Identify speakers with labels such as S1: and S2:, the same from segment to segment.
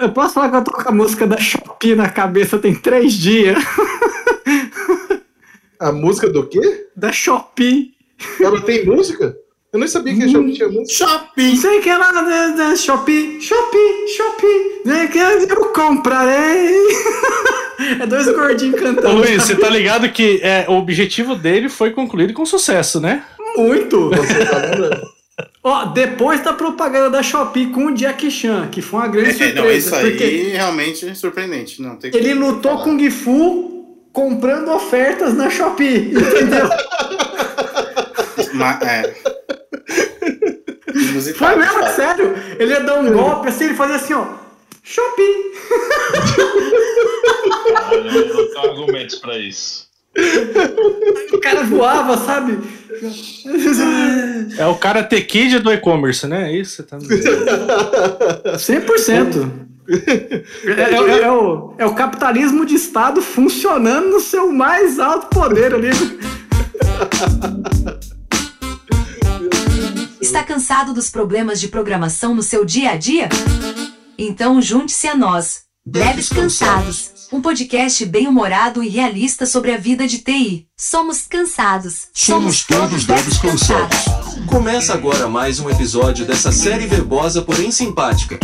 S1: Eu posso falar que eu tô com a música da Shopee na cabeça tem três dias.
S2: A música do quê?
S1: Da Shopee.
S2: Ela tem música? Eu nem sabia que a
S3: Hum.
S2: Shopee tinha música.
S1: Shopping. Sei que ela da, da Shopee, Shopee, Shopee. né, que Eu comprarei. É dois gordinhos
S3: Ô
S1: cantando.
S3: Luiz, você tá ligado que é, o objetivo dele foi concluído com sucesso, né?
S1: Muito.
S2: Você tá lembrando?
S1: Ó, depois da propaganda da Shopee com o Jack Chan, que foi uma grande
S4: É,
S1: surpresa.
S4: não, isso aí
S1: porque
S4: realmente é surpreendente. Não, tem
S1: ele lutou
S4: falar.
S1: com o Gifu comprando ofertas na Shopee, entendeu?
S4: Ma- é. Inusitado,
S1: Foi mesmo,
S4: de fato.
S1: sério. Ele ia dar um golpe assim, ele fazia assim, ó. Shopee.
S5: Olha, eu não tenho argumentos pra isso.
S1: O cara voava, sabe?
S3: É o cara The Kid do e-commerce, né? É isso que você tá me dizendo.
S1: 100%. É, é- é o, é o capitalismo de Estado funcionando no seu mais alto poder ali.
S6: Está cansado dos problemas de programação no seu dia a dia? Então junte-se a nós, Leves Cansados, um podcast bem-humorado e realista sobre a vida de TI. Somos cansados.
S7: Somos todos leves cansados. Começa agora mais um episódio dessa série verbosa, porém simpática.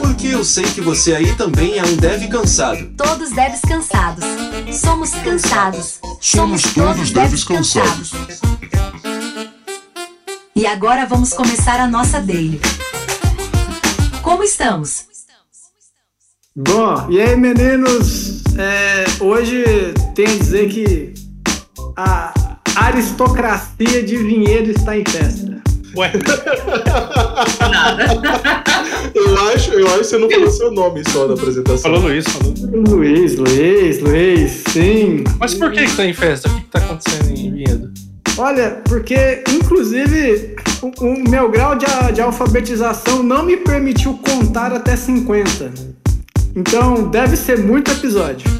S7: Porque eu sei que você aí também é um dev cansado.
S6: Todos leves cansados. Somos cansados.
S7: Somos todos leves cansados.
S6: E agora vamos começar a nossa daily. Como estamos?
S1: Bom, e aí meninos, É, hoje tenho a dizer que a aristocracia de Vinhedo está em festa.
S3: Ué,
S2: Eu acho, eu acho que você não falou seu nome só na apresentação.
S3: falou Luiz, falou.
S1: Luiz, Luiz, Luiz, sim.
S3: Mas por que que tá em festa? O que que tá acontecendo em Vinhedo?
S1: Olha, porque inclusive o, o meu grau de, a- de alfabetização não me permitiu contar até 50. Então deve ser muito episódio.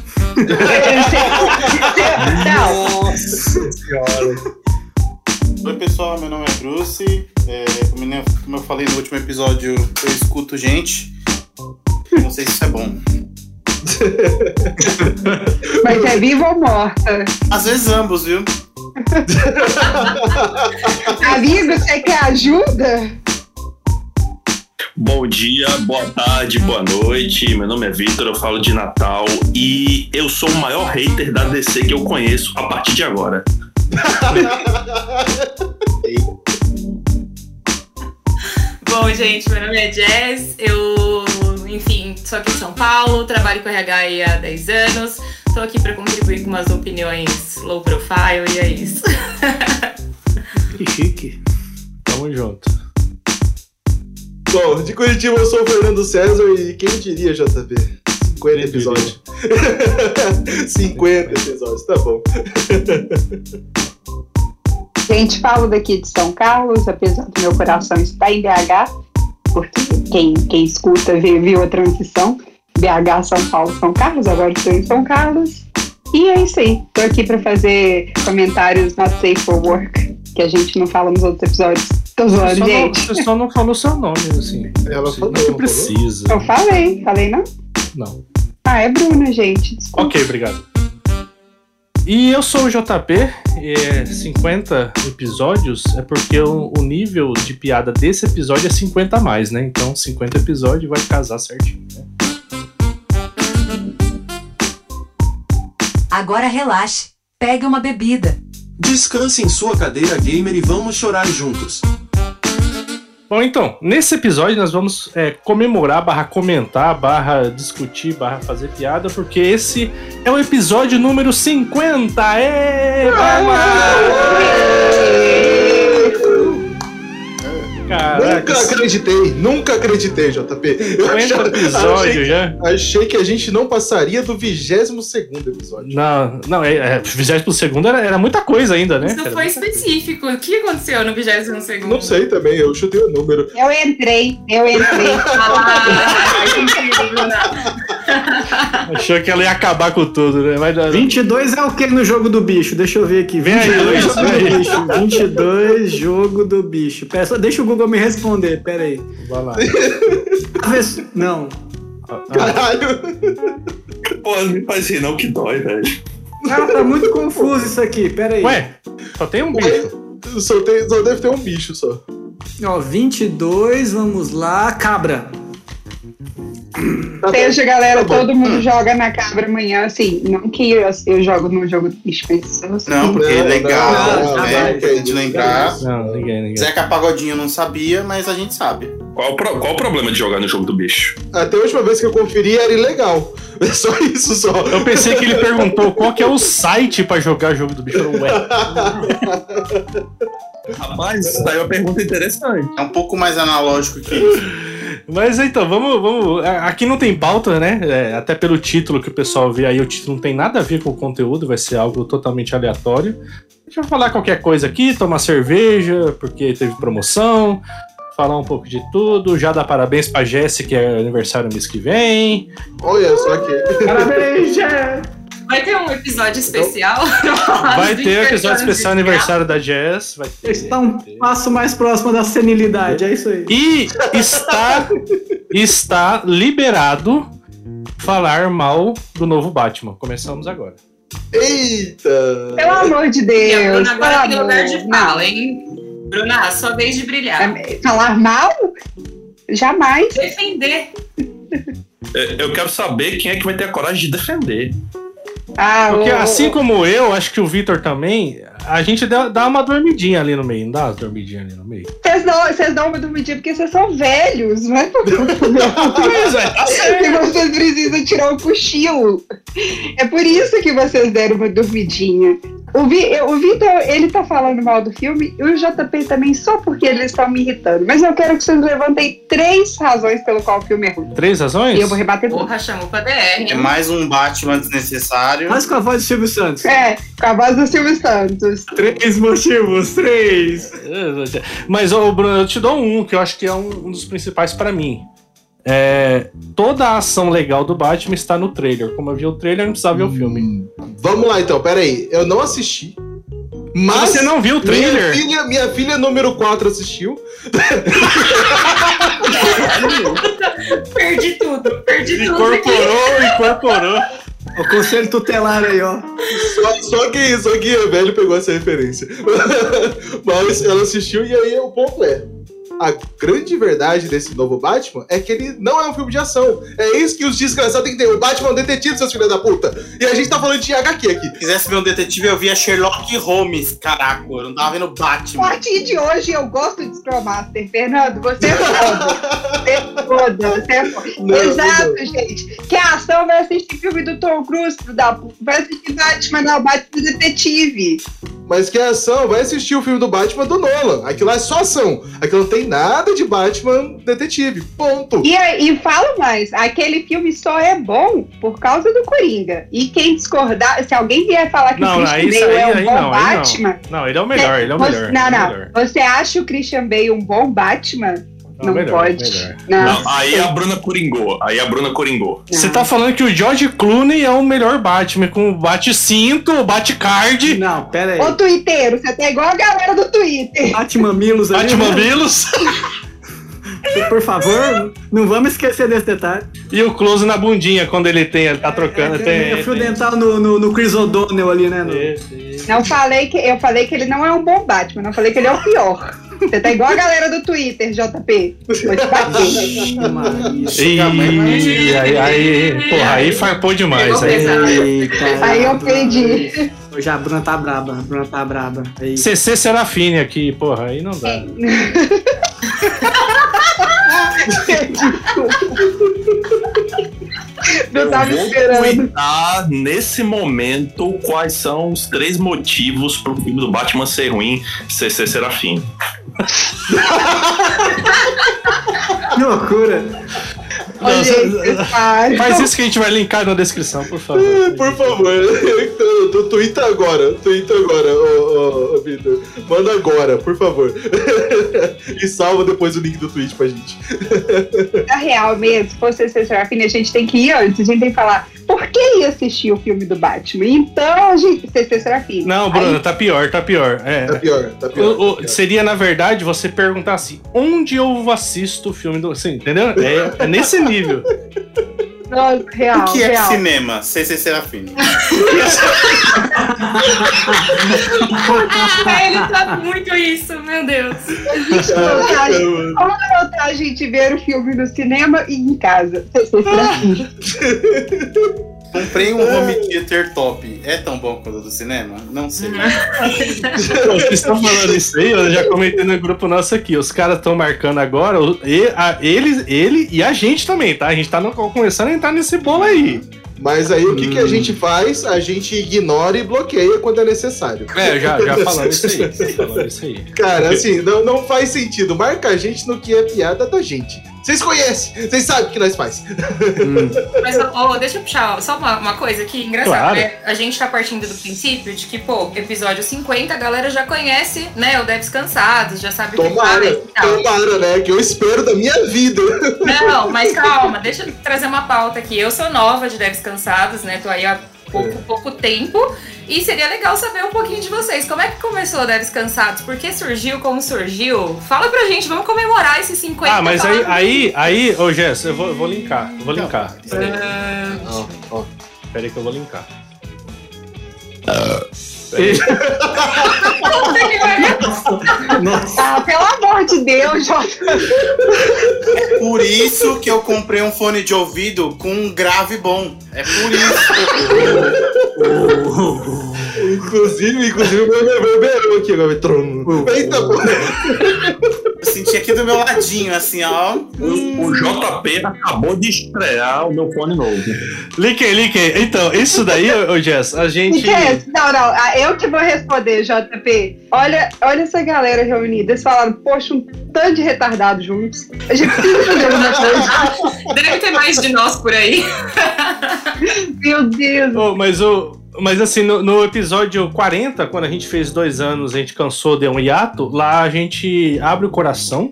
S8: Não,
S2: Nossa senhora.
S4: Oi, pessoal, meu nome é Bruce. É, como eu- como eu falei no último episódio, eu escuto gente. Não sei se isso é bom.
S8: mas é viva ou morta?
S4: Às vezes ambos, viu?
S8: Amigo, você quer ajuda?
S5: Bom dia, boa tarde, boa noite. Meu nome é Vitor, eu falo de Natal e eu sou o maior hater da DC que eu conheço a partir de agora.
S9: Bom, gente, meu nome é Jess, eu, enfim, sou aqui em São Paulo, trabalho com RH aí há 10 anos, tô aqui pra contribuir com umas opiniões low profile e é isso.
S1: Que chique.
S3: Tamo junto.
S2: Bom, de Curitiba eu sou o Fernando César e quem diria, JB? 50
S3: Quem
S2: episódios. 50 episódios, tá bom.
S8: Gente, falo daqui de São Carlos, apesar do meu coração estar em BH, porque quem, quem escuta vê- viu a transição. BH, São Paulo, São Carlos, agora estou em São Carlos. E é isso aí, estou aqui para fazer comentários not safe for work, que a gente não fala nos outros episódios. Tô
S3: Você
S8: zoando,
S3: só, não,
S8: gente.
S3: você só não falou seu nome, assim.
S2: Ela
S3: Você
S2: falou,
S3: não
S2: não falou?
S3: precisa.
S8: Eu falei, falei não?
S3: Não.
S8: Ah, é Bruna, gente, desculpa.
S3: Ok, obrigado. E eu sou o JP, e é 50 episódios é porque o, o nível de piada desse episódio é 50 a mais, né? Então 50 episódios vai casar certinho. né?
S6: Agora relaxe. Pegue uma bebida.
S7: Descanse em sua cadeira gamer e vamos chorar juntos.
S3: Bom, então, nesse episódio nós vamos é, comemorar, barra comentar, barra discutir, barra fazer piada, porque esse é o episódio número 50! Ê, vamos! Caraca,
S2: Nunca acreditei, nunca acreditei, JP. Eu
S3: 50
S2: achava- achei,
S3: episódios já.
S2: achei que a gente não passaria do 22 episódio.
S3: Não, não, é, é, 22 era, era muita coisa ainda, né?
S9: Isso
S3: cara?
S9: foi específico, o que aconteceu no 22 segundo?
S2: Não sei também, eu chutei o número.
S8: Eu entrei, eu entrei.
S9: Ah, entendi, Bruna.
S3: Achou que ela ia acabar com tudo, né? Mas,
S1: 22 é o que no jogo do bicho? Deixa eu ver aqui.
S3: Vem aí,
S1: 22
S3: Luiz,
S1: jogo
S3: vem aí.
S1: do bicho. 22 jogo do
S3: ah,
S1: bicho. Pera, só deixa o Google me responder, pera aí.
S3: Vai lá.
S1: Aves- Não.
S3: Ah,
S2: Caralho.
S5: Pô, não me faz rir não que dói, velho.
S1: Cara, tá muito confuso isso aqui, pera aí.
S3: ah. Ué, só tem um bicho.
S2: Só, tem, só deve ter um bicho só.
S1: Ó, 22, vamos lá, cabra.
S2: Tá
S3: um
S8: Seja,
S2: Tá
S8: galera,
S2: bom.
S8: todo mundo joga na cabra amanhã, assim, não que eu, eu jogo num jogo específico. assim.
S4: Não, porque é
S2: Não,
S4: legal,
S1: não, não,
S4: né?
S2: não,
S4: pra gente
S2: não,
S4: lembrar.
S3: Não, ninguém, ninguém.
S4: Zeca Pagodinho não sabia, mas a gente sabe.
S5: Qual, o pro- qual o problema de jogar no jogo do bicho?
S2: Até a última vez que eu conferi era ilegal. É só isso só.
S3: Eu pensei que ele perguntou qual que é o site pra jogar jogo do bicho. Eu falei, Ué,
S5: Rapaz, tá aí uma pergunta interessante.
S4: É um pouco mais analógico que isso.
S3: Mas então, vamos, vamos. a- Aqui não tem pauta, né? É, até pelo título que o pessoal vê aí, o título não tem nada a ver com o conteúdo, vai ser algo totalmente aleatório. A gente vai falar qualquer coisa aqui, tomar cerveja, porque teve promoção, falar um pouco de tudo, já dar parabéns pra Jess, que é aniversário mês que vem.
S2: Olha só que.
S1: Parabéns, Jé!
S9: Vai ter um episódio especial.
S3: Vai ter episódio especial aniversário da Jess. Vai ter,
S1: Está um
S3: vai ter.
S1: passo mais próximo da senilidade, é isso aí.
S3: E está, está liberado falar mal do novo Batman. Começamos agora.
S2: Eita!
S8: Pelo amor de
S9: E a
S8: Deus.
S9: Bruna agora tem
S8: pelo
S9: lugar
S8: amor.
S9: de fala, hein? Bruna, sua vez de brilhar.
S8: Não, é, falar mal? Jamais.
S9: Defender.
S5: É, Eu quero saber quem é que vai ter a coragem de defender.
S8: Ah,
S3: Porque
S8: o-
S3: assim como eu, acho que o Vitor também, a gente dá dá uma dormidinha ali no meio, não dá uma dormidinha ali no meio.
S8: Vocês dão, vocês dão uma dormidinha porque vocês são velhos, não é porque
S3: Mas é, tá
S8: que vocês precisam tirar o cochilo. É por isso que vocês deram uma dormidinha. O, Vi, eu- o Vitor, ele tá falando mal do filme e o JP também só porque eles estão me irritando. Mas eu quero que vocês levantem três razões pelo qual o filme é ruim.
S3: Três razões?
S8: E eu vou rebater tudo.
S9: Porra, chamou pra DR.
S4: É mais um Batman desnecessário.
S1: Mas com a voz do Silvio Santos.
S8: É, com a voz do Silvio Santos.
S1: Três motivos, três.
S3: Mas, ô, Bruno, eu te dou um que eu acho que é um, um dos principais pra mim. É, toda a ação legal do Batman está no trailer. Como eu vi o trailer, eu não precisava ver o filme.
S2: Hum. Vamos lá então, peraí. Eu não assisti.
S4: Ah,
S2: Mas.
S3: Se você não
S4: é
S3: viu o
S2: minha,
S3: trailer,
S2: filha, minha filha número 4 assistiu.
S9: Perdi tudo, perdi tudo aqui.
S3: incorporou, incorporou.
S1: O conselho tutelar aí, ó.
S2: Só, só que só que o velho pegou essa referência. Mas ela assistiu e aí o ponto é. A grande verdade desse novo Batman é que ele não é um filme de ação. É isso que os desgraçados têm que ter. O Batman é um detetive, seus filhos da puta. E a gente tá falando de HQ aqui.
S4: Se quisesse ver um detetive, eu via Sherlock Holmes, caraca. Eu não tava vendo
S8: A
S4: Batman.
S8: partir de hoje eu gosto de Scrum Master. Fernando, você é foda. Você é foda. Você é foda.
S2: Não,
S8: Exato, gente. Que é a ação vai assistir filme do Tom Cruise, filho da puta. vai assistir Batman, não, Batman Detetive.
S2: Mas que é ação, vai assistir o filme do Batman do Nolan. Aquilo lá é só ação. Aquilo não tem nada de Batman detetive. Ponto.
S8: E, e falo mais, aquele filme só é bom por causa do Coringa. E quem discordar, se alguém vier falar que
S3: Não,
S8: o
S3: aí-
S8: Christian
S3: isso
S8: Bale
S3: aí-
S8: é um
S3: aí
S8: bom
S3: não, aí não.
S8: Batman...
S3: Não, ele é o melhor, ele é o
S8: você-
S3: melhor.
S8: não,
S3: ele é o
S8: não.
S3: melhor.
S8: Você acha o Christian Bale um bom Batman?
S3: Não,
S8: Não,
S3: melhor,
S8: pode.
S3: melhor.
S8: Não.
S5: Não, aí a Bruna coringou. Aí a Bruna coringou.
S3: Você tá falando que o George Clooney é o melhor Batman, com o bate-cinto, o bate-card,
S1: Não, pera aí.
S8: Ô, Twitter, você tá igual a galera do Twitter.
S1: Batman Milos aí.
S3: bate-mamilos
S1: Por favor, não vamos esquecer desse detalhe.
S3: e o close na bundinha quando ele tem, ele tá
S1: É,
S3: trocando. tem,
S1: tem fio
S3: tem-
S1: dental no, no, no Chris O'Donnell ali, né? no-
S8: Não falei que eu falei que ele não é um bom Batman, não falei que ele é o pior. Você tá igual a galera do Twitter, JP. Vou te bater.
S1: Ixi, Maria.
S3: Ih, aí, aí, porra, aí farpou demais.
S9: Pegou
S3: Aí.
S9: pesado.
S1: Eita,
S8: Aí eu perdi.
S1: Hoje a Bruna tá braba, a Bruna tá braba. Aí,
S3: CC Serafine aqui, porra, aí não dá.
S8: Não tava
S5: vou
S8: esperando.
S5: Cuidar nesse momento quais são os três motivos pro filme do Batman ser ruim, CC Serafim.
S1: que loucura.
S8: Ô, gente, vocês param.
S3: Faz isso que a gente vai linkar na descrição, por favor.
S2: Por favor, tu, tu, tuita agora, tuita agora, ô, ô, ô, Vitor. Manda agora, por favor. e salva depois o link do tweet pra gente.
S8: Na é real mesmo, se fosse ser Serafine, a gente tem que ir antes, a gente tem que falar por que ir assistir o filme do Batman? Então a gente. CC Serafine.
S3: Não, Bruno, tá pior, tá pior.
S2: Tá
S3: É.
S2: pior, tá pior.
S3: O- o-
S2: tá pior.
S3: seria, na verdade, você perguntar assim: onde eu assisto o filme do. Assim, entendeu? É, é nesse nível.
S8: Nossa, então, real,
S4: O que é
S8: real.
S4: cinema? CC Serafini.
S9: Ah, ele sabe muito isso, meu Deus.
S2: Caramba.
S8: Como é tá a gente ver o filme no cinema e em casa?
S4: Comprei um home theater top. É tão bom quanto o do cinema? Não sei.
S8: Uhum.
S3: Vocês estão falando isso aí, eu já comentei no grupo nosso aqui. Os caras estão marcando agora, o- e, a, eles, ele e a gente também, tá? A gente tá no- começando a entrar nesse bolo aí.
S2: Mas aí o que, que a
S3: Hum.
S2: gente faz? A gente ignora e bloqueia quando é necessário.
S3: É, já, já falando isso aí. já Falando isso aí.
S2: Cara, assim, não, não faz sentido. Marca a gente no que é piada da gente. Vocês conhecem, vocês sabem o que nós faz.
S9: Mas, ó, ó, deixa eu puxar ó, só uma, uma coisa aqui, engraçado,
S3: Claro.
S9: né? A gente tá partindo do princípio de que, pô, episódio 50, a galera já conhece, né? O Devs Cansados, já sabe o que
S2: Tomara,
S9: faz e tal.
S2: tomara, né? Que eu espero da minha vida.
S9: Não, mas calma, deixa eu trazer uma pauta aqui. Eu sou nova de Devs Cansados, né? Tô aí há
S2: É.
S9: pouco, pouco tempo. E seria legal saber um pouquinho de vocês. Como é que começou o Devs Cansados? Por que surgiu? Como surgiu? Fala pra gente, vamos comemorar esses 50.
S3: Ah, mas aí,
S9: falando-
S3: aí, aí, ô Jess, eu vou, eu vou linkar. eu Vou linkar. Peraí,
S9: Ah,
S2: Não, ó.
S3: peraí que eu vou linkar.
S9: não sei o que vai ver.
S1: Nossa,
S8: Ah, pelo amor de Deus, Jota.
S4: É Por isso que eu comprei um fone de ouvido com um grave bom. É por isso.
S2: Inclusive, inclusive, o meu beberão aqui agora. tá Trono. Eita, pô.
S4: Eu senti aqui do meu ladinho, assim, ó.
S5: O JP acabou de estrear o meu fone novo.
S3: Linkei, linkei. Então, isso daí, ô ô, Jess, a gente.
S8: Gente, Não, não, ah, eu que vou responder, JP. Olha, olha essa galera reunida. Eles falaram, poxa, um tanto de retardado juntos. A gente precisa fazer alguma coisa.
S9: Deve ter mais de nós por aí.
S8: Meu Deus.
S3: Ô, mas o. Mas assim, no, no episódio 40, quando a gente fez dois anos, a gente cansou, deu um hiato, lá a gente abre o coração.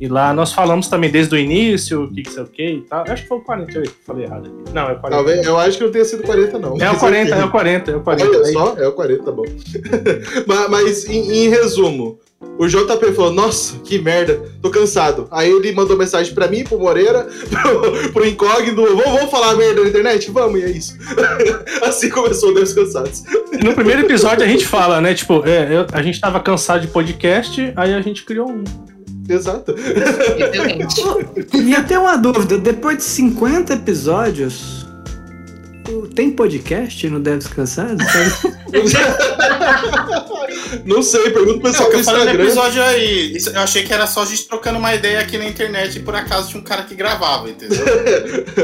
S3: E lá nós falamos também desde o início, o que que sei o que e tal. Eu Acho que foi o 48, falei errado aqui. Não, é o 40.
S2: Talvez, eu acho que não tenha sido 40, não.
S3: É o 40, é o 40, é o 40.
S2: Olha só, é o 40, tá bom. Ma- mas, em, em resumo, o JP falou: Nossa, que merda, tô cansado. Aí ele mandou mensagem pra mim, pro Moreira, pro, pro Incógnito: vamos, vamos falar merda na internet? Vamos, e é isso. assim começou o Deus Cansados.
S3: No primeiro episódio a gente fala, né? Tipo, é, eu- a gente tava cansado de podcast, aí a gente criou um.
S2: Exato.
S9: Exatamente.
S1: e eu tenho uma dúvida. Depois de 50 episódios, tem podcast no Devs Cansados?
S2: não sei, pergunta pro
S4: Não,
S2: pessoal
S4: o que
S2: do
S4: eu falei no
S2: Instagram.
S4: episódio aí. Isso- eu achei que era só a gente trocando uma ideia aqui na internet e por acaso tinha um cara que gravava, entendeu?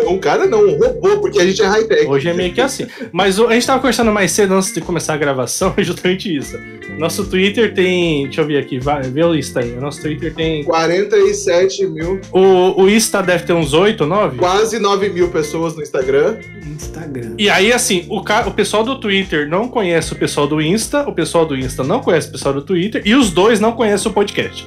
S2: Um cara não, um robô, porque a gente é high-tech.
S3: Hoje é meio que assim. Mas o- a gente tava conversando mais cedo antes de começar a gravação, é justamente isso. Nosso Twitter tem. Deixa eu ver aqui, vai, vê o Insta aí. Nosso Twitter tem.
S2: 47 mil,
S3: O, o Insta deve ter uns 8 ou 9?
S2: quase 9 mil pessoas no Instagram.
S1: Instagram.
S3: E aí, assim, o, ca- o pessoal do Twitter não conhece o pessoal do Insta, o pessoal do Insta não conhece o pessoal do Twitter, e os dois não conhecem o podcast.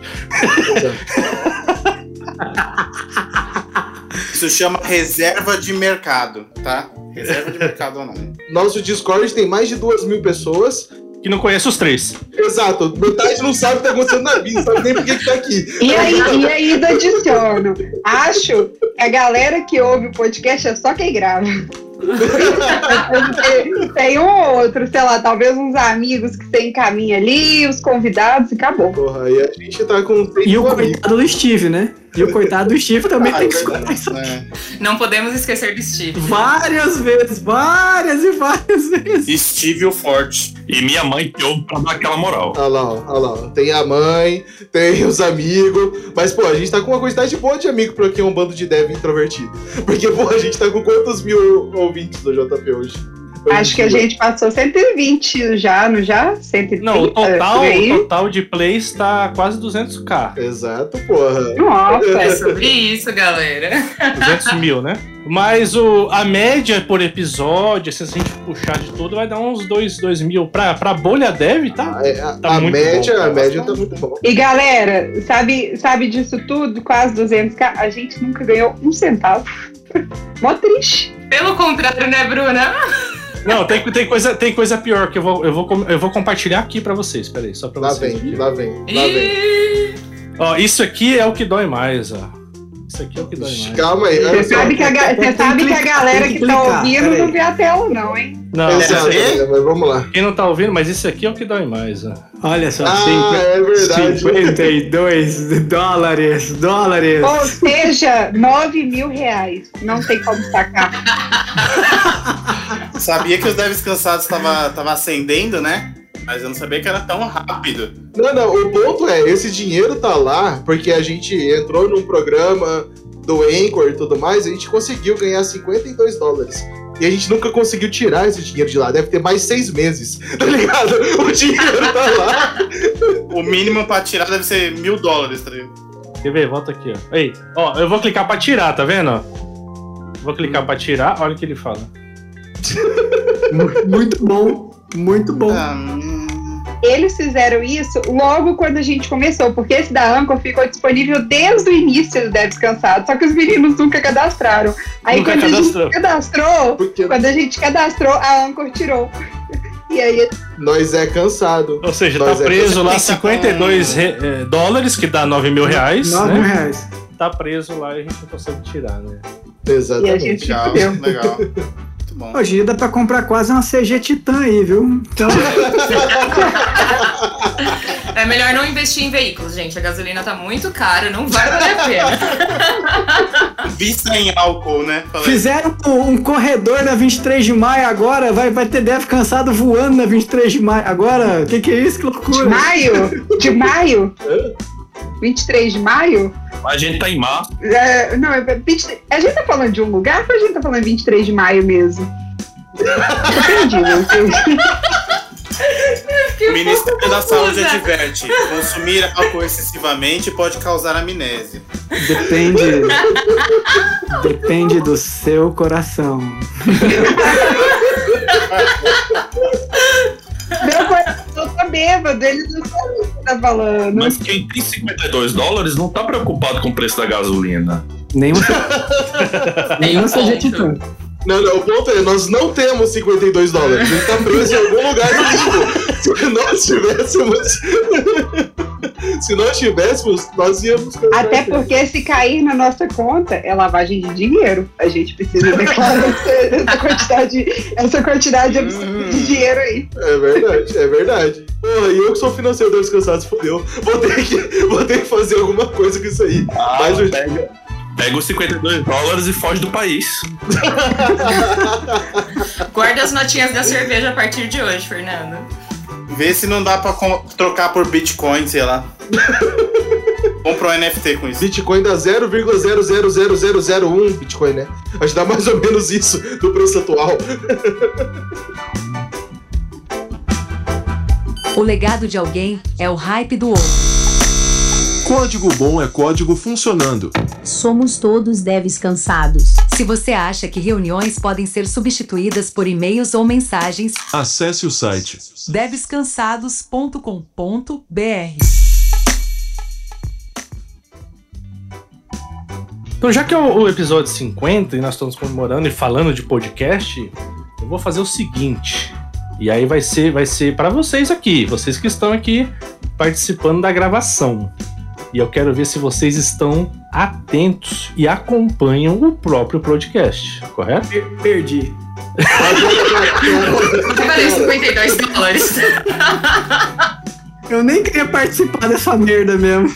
S4: Isso chama reserva de mercado, tá? Reserva de mercado ou não.
S2: Nosso Discord tem mais de 2 mil pessoas.
S3: Que não conhece os três.
S2: Exato, metade não sabe o que tá acontecendo na vida, não sabe nem por que que tá aqui.
S8: E, aí, e ainda adiciono. Acho que a galera que ouve o podcast é só quem grava. Porque Tem um ou outro, sei lá, talvez uns amigos que tem caminho ali, os convidados e acabou.
S2: Porra, e a gente tá com
S1: E o
S2: amigo.
S1: coitado do Steve, né? E o coitado do Steve também
S4: Ah,
S1: tem
S4: é
S1: que escutar
S4: verdade,
S1: isso aqui.
S4: né?
S9: Não podemos esquecer do Steve.
S1: Várias vezes, várias e várias vezes.
S4: Steve o Forte.
S5: E minha mãe que ouve pra dar aquela moral.
S2: Olha lá, ó, olha lá. ó. Tem a mãe, tem os amigos. Mas, pô, a gente tá com uma quantidade boa de amigo pra quem é um bando de dev introvertido. Porque, pô, a gente tá com quantos mil ouvintes do JP hoje? Eu
S8: Acho que a
S2: digo,
S8: gente passou 120 já, não já? 130,
S3: Não, o total,
S8: por aí.
S3: o total de plays tá quase 200k.
S2: Exato, porra.
S9: É
S8: Nossa,
S9: sobre isso, galera.
S3: 200 mil, né? Mas o, a média por episódio, assim, se a gente puxar de tudo, vai dar uns 2, 2 mil. Pra, pra bolha deve, tá?
S2: É, A,
S3: Tá
S2: a
S3: muito
S2: média,
S3: bom,
S2: a
S3: tá
S2: média tá
S4: bastante.
S2: muito bom.
S8: e galera, sabe, sabe disso tudo? Quase 200k. A gente nunca ganhou um centavo. Mó triste.
S9: Pelo contrário, né, Bruna?
S3: Não, tem, tem, coisa, tem coisa pior que eu vou, eu vou, com- eu vou compartilhar aqui pra vocês. Peraí, só pra
S2: Lá
S3: vocês.
S2: vem, lá vem, lá vem.
S9: Ih,
S3: Ó, isso aqui é o que dói mais, ó. Isso aqui é o que dói mais.
S2: Calma aí. olha
S8: Você
S2: só.
S8: sabe que a, ga-
S1: Tem
S8: você
S1: que
S8: sabe que a
S1: clicar,
S8: galera
S1: tem que
S8: que tá
S1: clicar,
S8: ouvindo
S1: peraí.
S8: não vê a tela, não, hein?
S3: Não,
S2: Exato,
S4: Essa
S2: mas vamos lá.
S3: quem não tá ouvindo, mas esse aqui é o que dói mais. Né?
S1: Olha só,
S2: Ah, é verdade.
S1: 52 dólares, dólares.
S8: Ou seja, 9 mil reais. Não tem como sacar.
S4: Sabia que os devs cansados tava, tava acendendo, né? Mas eu não sabia que era tão rápido.
S2: Não, não, o ponto é, esse dinheiro tá lá porque a gente entrou num programa do Anchor e tudo mais, a gente conseguiu ganhar 52 dólares. E a gente nunca conseguiu tirar esse dinheiro de lá. Deve ter mais seis meses, tá ligado? O dinheiro tá lá.
S4: O mínimo pra tirar deve ser mil dólares, tá ligado?
S3: Quer ver? Volta aqui, ó. Ei, ó, eu vou clicar pra tirar, tá vendo? ó? Vou clicar pra tirar, olha o que ele fala.
S1: Mu- Muito bom, muito bom.
S4: Ah, hum.
S8: Eles fizeram isso logo quando a gente começou, porque esse da Anchor ficou disponível desde o início do Devs Cansado, só que os meninos nunca cadastraram. Aí
S3: Nunca
S8: quando
S3: cadastrou.
S8: a gente cadastrou,
S2: Porque
S8: quando a gente cadastrou, a Anchor tirou. E aí
S2: nós é cansado.
S3: Ou seja,
S2: Nós
S3: tá
S2: é-
S3: preso lá
S4: Tem que tá
S3: 52 re- eh, dólares, que dá 9 mil reais,
S1: 9
S3: né?
S1: mil reais.
S3: Tá preso lá e a gente não consegue tirar, né?
S8: E a
S2: Exatamente.
S8: gente
S4: Legal,
S8: fudeu.
S4: legal. Muito bom.
S1: Hoje em dia dá pra comprar quase uma CG Titan aí, viu? Então,
S9: É melhor não investir em veículos, gente. A gasolina tá muito cara, não vai valer a pena.
S4: Vista em álcool, né? Falei,
S1: fizeram um, um corredor na 23 de maio agora, vai, vai ter dev cansado voando na 23 de maio. Agora, o que, que é isso? Que
S8: De
S1: loucura.
S8: maio? De maio? 23 de maio?
S5: Mas a gente tá em março.
S8: É, não, é 23 a gente tá falando de um lugar ou a gente tá falando 23 de maio mesmo? Entendi, não entendi.
S4: o Ministério da Saúde adverte: consumir álcool excessivamente pode causar amnésia.
S1: Depende. Depende do seu coração.
S8: Meu coração tá bêbado, ele não sabe o que tá falando.
S5: Mas quem tem 52 dólares não tá preocupado com o preço da gasolina.
S1: Nenhum, nenhum CG
S9: ponto.
S1: Titan.
S2: Não, não, o ponto é, nós não temos 52 dólares. A gente tá preso em algum lugar do mundo. Se nós tivéssemos. Se nós tivéssemos, nós íamos. comprar
S8: Até porque se cair na nossa conta é lavagem de dinheiro. A gente precisa declarar essa, essa quantidade, essa quantidade absurda de dinheiro aí.
S2: É verdade, é verdade. Porra, e eu que sou financeiro dos cansados, fodeu. Vou ter, que, vou ter que fazer alguma coisa com isso aí.
S5: Ah,
S2: Mas o-
S5: pega, pega os 52 dólares e foge do país.
S9: Guarda as notinhas da cerveja a partir de hoje, Fernando.
S4: Vê se não dá pra co- trocar por Bitcoin, sei lá. Compra um NFT com isso.
S2: Bitcoin dá 0,000001 Bitcoin, né? Acho que dá mais ou menos isso do preço atual.
S6: O legado de alguém é o hype do outro.
S7: Código bom é código funcionando.
S10: Somos todos devs cansados.
S6: Se você acha que reuniões podem ser substituídas por e-mails ou mensagens,
S7: Acesse o site.
S6: devescansados.com.br.
S3: Então, já que é o, o episódio 50 e nós estamos comemorando e falando de podcast, eu vou fazer o seguinte. E aí vai ser, vai ser para vocês aqui, vocês que estão aqui participando da gravação. E eu quero ver se vocês estão atentos e acompanham o próprio podcast, correto?
S1: Per- Perdi.
S9: Valeu 52 dólares.
S1: Eu nem queria participar dessa merda mesmo.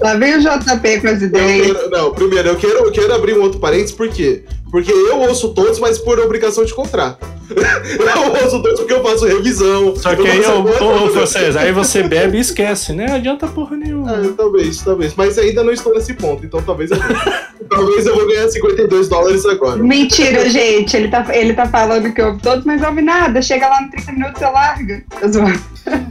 S8: Lá vem o JP com as ideias.
S2: Eu quero- não, primeiro, eu quero, eu quero abrir um outro parênteses, por quê? Porque eu ouço todos, mas por obrigação de contrato. eu ouço todos porque eu faço revisão.
S3: Só que aí, é
S2: faço
S3: ô,
S2: outra-
S3: ô, ô, Francesa, aí você bebe e esquece, né? Não adianta porra nenhuma.
S2: Ah, talvez, talvez. Mas ainda não estou nesse ponto, então talvez eu Talvez eu vou ganhar 52 dólares agora.
S8: Mentira, gente. Ele tá, ele tá falando que ouve todos, mas ouve nada. Chega lá no 30 minutos, você larga. Tô zoando.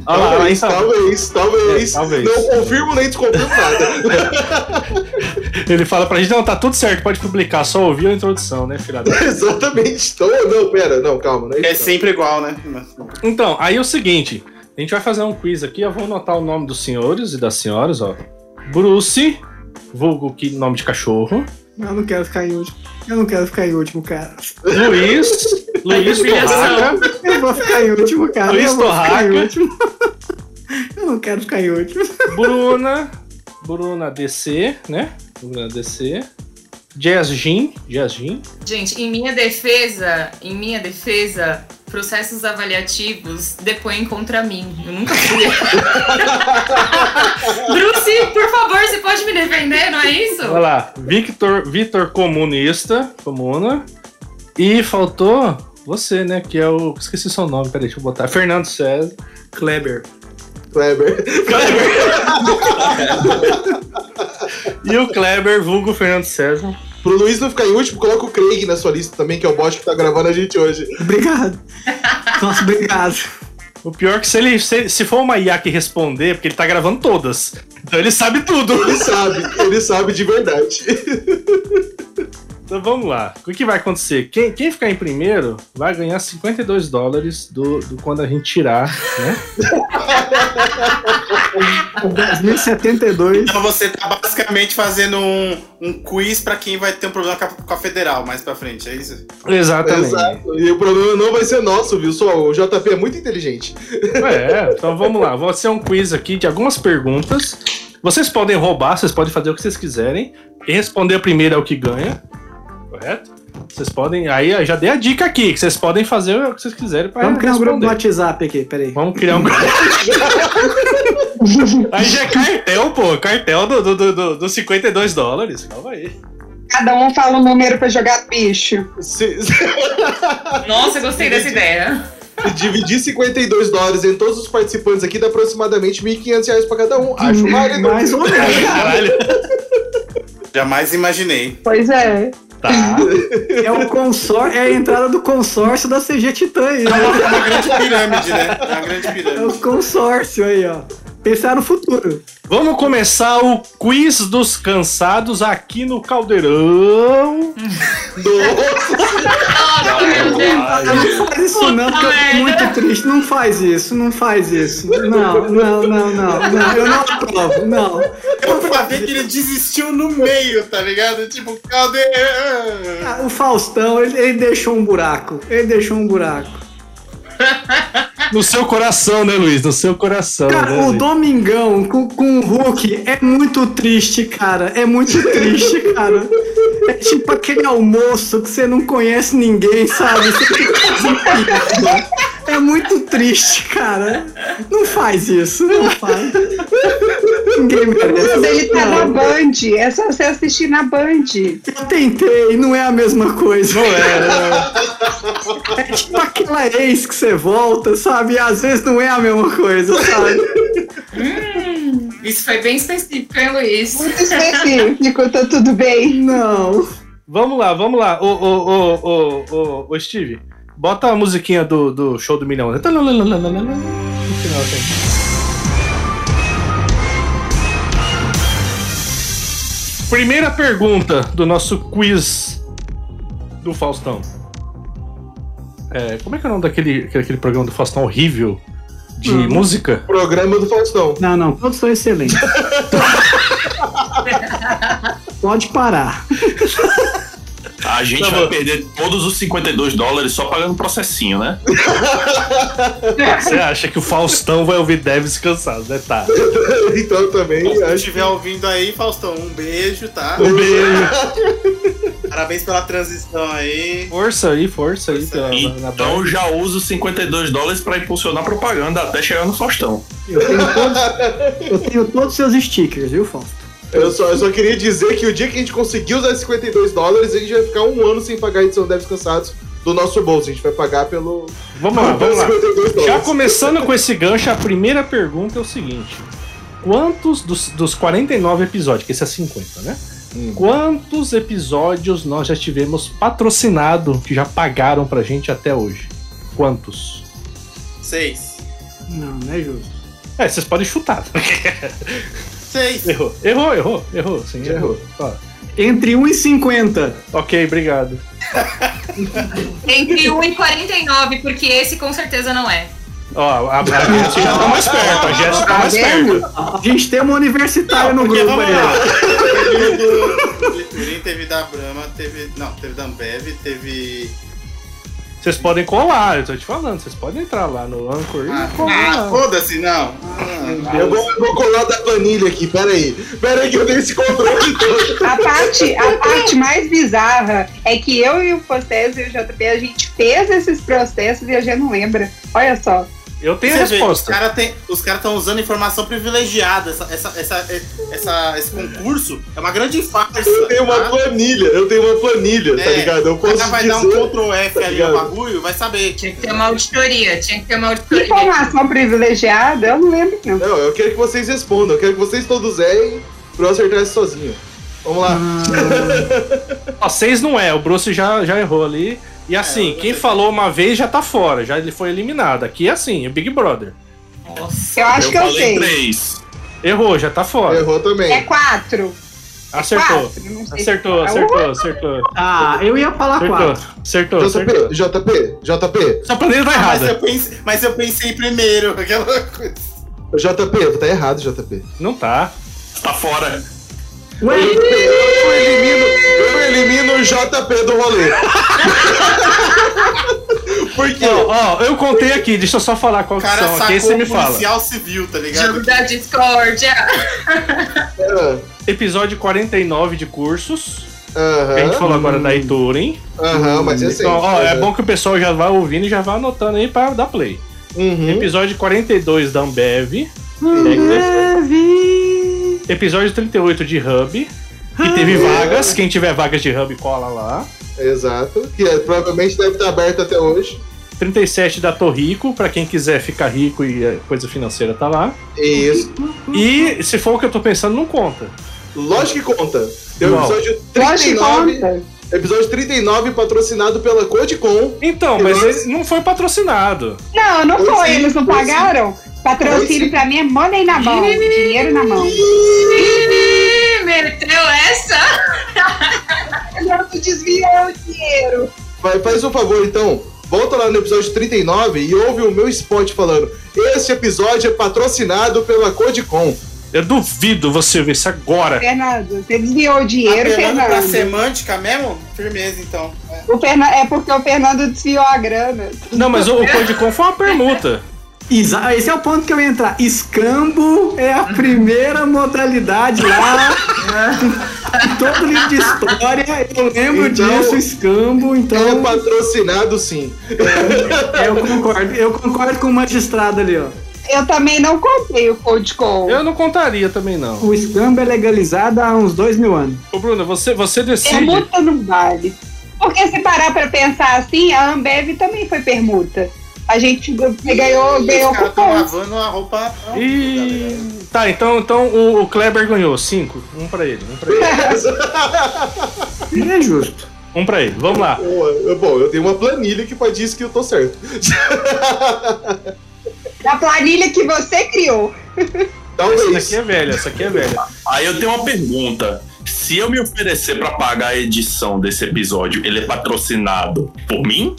S2: Ah,
S3: Olha lá,
S2: talvez,
S3: então.
S2: talvez, talvez.
S3: É, talvez.
S2: Não confirmo nem desconfirmo nada.
S3: Ele fala pra gente, não, tá tudo certo, pode publicar, só ouviu a introdução, né, filha da
S2: Exatamente. Então, não, pera, não, calma. Não é
S4: É
S2: isso,
S4: sempre igual, né?
S3: Então, aí é o seguinte: a gente vai fazer um quiz aqui. Eu vou anotar o nome dos senhores e das senhoras, ó. Bruce, vulgo que nome de cachorro.
S1: Eu não quero ficar em último. Eu não quero ficar em último, cara.
S3: Luiz, Luiz Torraca.
S1: Eu vou ficar em último, cara.
S3: Luiz
S1: eu vou ficar em
S3: Torraca.
S1: último. Eu não quero ficar em último.
S3: Bruna, Bruna DC, né? no agradecer. Jazz Jin, Jazz Jin.
S9: Gente, em minha defesa, em minha defesa, processos avaliativos depõem contra mim. Eu nunca fui. Bruce, por favor, você pode me defender, não é isso?
S3: Vai lá, Victor, Victor Comunista, Comuna. E faltou você, né? Que é o. Esqueci seu nome, peraí, deixa eu botar. Fernando César.
S1: Kleber.
S2: Kleber.
S3: E o Kleber, vulgo Fernando César.
S2: Pro Luiz não ficar em último, coloca o Craig na sua lista também, que é o bot que tá gravando a gente hoje.
S1: Obrigado. Nossa, obrigado.
S3: O pior é que se ele se, se for uma IA que responder, porque ele tá gravando todas. Então ele sabe tudo.
S2: Ele sabe, ele sabe de verdade.
S3: Então vamos lá. O que vai acontecer? Quem, quem ficar em primeiro vai ganhar 52 dólares do, do quando a gente tirar, né?
S1: 1072.
S4: Então você tá basicamente fazendo um, um quiz pra quem vai ter um problema com a, com a federal mais pra frente, é isso?
S3: Exatamente.
S2: Exato. E o problema não vai ser nosso, viu? Só o JP é muito inteligente.
S3: É, então vamos lá. Vou ser um quiz aqui de algumas perguntas. Vocês podem roubar, vocês podem fazer o que vocês quiserem. Quem responder primeiro é o que ganha. Correto? Vocês podem. Aí eu já dei a dica aqui, que vocês podem fazer o que vocês quiserem para
S1: Vamos criar um grupo no
S3: responder.
S1: WhatsApp aqui, peraí.
S3: Vamos criar um grupo. aí já é cartel, pô. Cartel do, do, do- do, dos 52 dólares. Calma aí.
S8: Cada um fala um número pra jogar bicho.
S2: Se, se
S9: Nossa, eu gostei dessa ideia.
S2: dividir 52 dólares em todos os participantes aqui dá aproximadamente 1.500 reais pra cada um. Acho válido.
S1: Mais ou menos.
S3: Caralho.
S4: Jamais imaginei.
S8: Pois é.
S3: Tá.
S1: É, o consor... é a entrada do consórcio da CG Titã aí, ó.
S4: É uma grande pirâmide, né? É uma grande
S1: É
S4: pirâmide.
S1: o consórcio aí, ó. Pensar no futuro.
S3: Vamos começar o quiz dos cansados aqui no Caldeirão.
S9: Nossa, meu Deus.
S1: Não faz isso não, porque eu fico muito triste. Não faz isso, não faz isso. Não, não, não, não. não. Eu não aprovo, não.
S4: Eu pra ver que ele desistiu no meio, tá ligado? Tipo, cadê?
S1: Ah, O Faustão, ele, ele deixou um buraco. Ele deixou um buraco.
S3: No seu coração, né, Luiz? No seu coração. né,
S1: Cara, o
S3: Luiz?
S1: Domingão com, com o Hulk é muito triste, cara. É muito triste, cara. É tipo aquele almoço que você não conhece ninguém, sabe? Você tem que fazer piada. É muito triste, cara. Não faz isso, não faz. Ninguém merece.
S8: Mas ele tá na
S1: Não.
S8: Band. É só você assistir na Band.
S1: Eu tentei, não é a mesma coisa.
S3: Não né? era.
S1: É tipo aquela ex que você volta, sabe? E às vezes não é a mesma coisa, sabe?
S9: Isso foi bem específico, hein, Luiz?
S8: Muito específico, tá tudo bem.
S1: Não.
S3: Vamos lá, vamos lá. Ô, ô, ô, ô, ô, ô, Steve, bota a musiquinha do, do show do milhão. No final tem. Primeira pergunta do nosso quiz do Faustão. É, como é que é o nome daquele aquele, aquele programa do Faustão horrível de
S1: Hum.
S3: música?
S2: Programa do Faustão.
S1: Não, não, todos são excelentes. Pode parar.
S5: A gente
S3: Tá
S5: vai
S3: bom.
S5: perder todos os 52 dólares só pagando processinho, né?
S3: Você acha que o Faustão vai ouvir Deves cansados, né? Tá.
S2: Então também
S4: Se
S2: acho.
S4: estiver ouvindo aí, Faustão, um beijo, tá?
S3: Um beijo.
S4: Parabéns pela transição aí.
S3: Força aí, força aí. pela- na- na-
S5: Então já uso os 52 dólares pra impulsionar propaganda até chegar no Faustão.
S1: Eu tenho todos, eu tenho todos os seus stickers, viu, Fausto?
S2: Eu só, eu só queria dizer que o dia que a gente conseguir usar 52 dólares, a gente vai ficar um ano sem pagar a edição Devs Cansados do nosso bolso. A gente vai pagar pelo.
S3: Vamos lá, Ah, vamos lá.
S2: 52
S3: Já
S2: dólares.
S3: começando com esse gancho, a primeira pergunta é o seguinte: Quantos dos, dos 49 episódios, que esse é 50, né? Quantos episódios nós já tivemos patrocinado que já pagaram pra gente até hoje? Quantos?
S4: Seis.
S1: Não, não é justo.
S3: É, vocês podem chutar.
S4: Seis.
S3: Errou. Errou, errou, errou. Sim, errou.
S1: Entre 1 e 50.
S3: Ok, obrigado.
S9: Entre 1 e 49, porque esse com certeza não é.
S3: Ó, a, a Jéssica já tá mais perto, a Jéssica tá
S1: Tá
S3: mais perto.
S1: vendo? A gente tem uma universitária no
S4: Porque,
S1: grupo
S4: vamos
S1: aí. ó.
S4: lá. Teve do- Mirim teve da Brahma, teve. Não, teve da Ambev, teve.
S3: Vocês podem colar, eu tô te falando. Vocês podem entrar lá no Anchor
S4: Ah,
S3: e colar.
S4: ah, foda-se, não. Ah,
S2: Eu vou, eu vou colar da planilha aqui, peraí. Peraí que eu tenho esse controle todo.
S8: A parte, a parte mais bizarra é que eu e o Fossés e o JP, a gente fez esses processos e a gente não lembra. Olha só.
S4: ah.
S3: eu tenho a
S4: Você vê,
S3: resposta.
S4: os cara tem- os caras estão usando informação privilegiada. Essa, essa, essa, essa- esse concurso é uma grande farsa.
S2: Eu tenho uma
S4: tá?
S2: planilha, eu tenho uma planilha, tá
S4: É,
S2: ligado? Eu
S4: O
S2: posso
S4: cara vai dar um
S2: dizer... Tá
S4: Ctrl F ali no
S2: ligado?
S4: bagulho, vai saber.
S9: Tinha que ter uma auditoria, tinha que ter uma auditoria.
S8: Informação privilegiada, eu não lembro, não.
S2: Não, eu quero que vocês respondam, eu quero que vocês todos errem pra eu acertar isso sozinho. Vamos lá.
S3: Hum, Ó, Seis não é, o Bruce já, já errou ali.
S4: É,
S3: E assim, quem falou uma vez já tá fora, já ele foi eliminado. Aqui é assim, é Big Brother.
S4: Nossa.
S8: Eu acho que é eu
S5: falei
S8: sei.
S5: três.
S3: Errou, já tá fora.
S2: Errou também.
S8: É quatro.
S3: Acertou.
S8: Quatro, não sei se-
S3: Acertou, acertou, acertou.
S1: Ah, eu ia falar quatro.
S3: Acertou, acertou, acertou.
S2: JP, JP, JP,
S3: Sua planilha tá
S4: Ah, mas, eu
S3: errada.
S4: pensei, mas eu pensei primeiro, aquela coisa.
S2: JP, tá errado, JP.
S3: Não tá.
S5: Tá fora.
S1: Ué,
S2: Eu elimino, eu elimino o JP do rolê. Por quê?
S3: Ó, ó, eu contei aqui, deixa eu só falar qual
S4: O
S3: que
S4: cara
S3: são aqui, aí
S4: sacou
S3: você me
S4: o
S3: fala.
S4: policial civil, tá
S9: Jogo
S4: ligado?
S9: da discórdia.
S2: Ah,
S3: Episódio 49 de cursos, que a gente
S2: Aham,
S3: falou agora da Ituring.
S2: aham, mas assim. eu sei.
S3: Então, ó, é bom que o pessoal já vá ouvindo e já vá anotando aí pra dar play.
S2: Uhum.
S3: Episódio 42 da Ambev. Episódio 38 de Hub. Que teve vagas. Quem tiver vagas de Hub, cola lá.
S2: Exato. Que é- provavelmente deve estar aberto até hoje.
S3: 37 da Torrico, pra quem quiser ficar rico e eh, coisa financeira tá lá.
S2: Isso.
S3: E se for o que eu tô pensando, não conta.
S2: Lógico que conta. Tem o
S3: Não.
S2: episódio
S8: Lógico que
S2: 39.
S8: conta.
S2: Episódio 39, patrocinado pela Codicom.
S3: Então, mas ele não foi patrocinado.
S8: Não, não
S2: Foi
S8: foi,
S2: sim,
S8: eles não
S2: foi sim.
S8: pagaram.
S2: Foi sim.
S8: Patrocínio pra mim é money na mão, dinheiro na mão.
S9: Ih, Meteu essa?
S8: Agora tu desviou o dinheiro.
S2: Vai, faz um favor, então. Volta lá no episódio 39 e ouve o meu spot falando. Este episódio é patrocinado pela Codicom.
S3: Eu duvido você ver isso agora.
S8: Fernando, você desviou o dinheiro,
S4: Apelando pra
S8: Fernando.
S4: semântica mesmo? Firmeza, então. É.
S8: O Fernan- É porque o Fernando desviou a grana.
S3: Não, mas o, o Codicom foi uma permuta.
S1: Exa- Esse é o ponto que eu ia entrar. Escambo é a primeira modalidade lá. Em Todo livro de história, eu lembro
S2: Então,
S1: disso, escambo,
S2: É
S1: então
S2: patrocinado sim.
S1: eu concordo. Eu concordo com o magistrado ali, ó.
S8: Eu também não comprei o É Codecom.
S3: Eu não contaria também, não.
S1: O escambo é legalizado há uns dois mil anos.
S3: Ô, Bruno, você, você decide.
S8: Permuta não vale. Porque se parar pra pensar assim, a Ambev também foi permuta. A gente ganhou, ganhou
S4: Os caras estão
S8: cupom.
S4: tá lavando a roupa. não, galera.
S3: E... Tá, então, então o, o Kleber ganhou. Cinco. Um pra ele, um pra ele.
S1: Não é justo.
S3: Um pra ele. Vamos lá.
S2: Boa. Eu- Bom, eu tenho uma planilha que pode dizer que eu tô certo.
S8: Da planilha que você criou.
S3: Essa
S2: Talvez.
S3: daqui é velha, essa aqui é velha.
S5: Aí eu tenho uma pergunta. Se eu me oferecer pra pagar a edição desse episódio, ele é patrocinado por mim?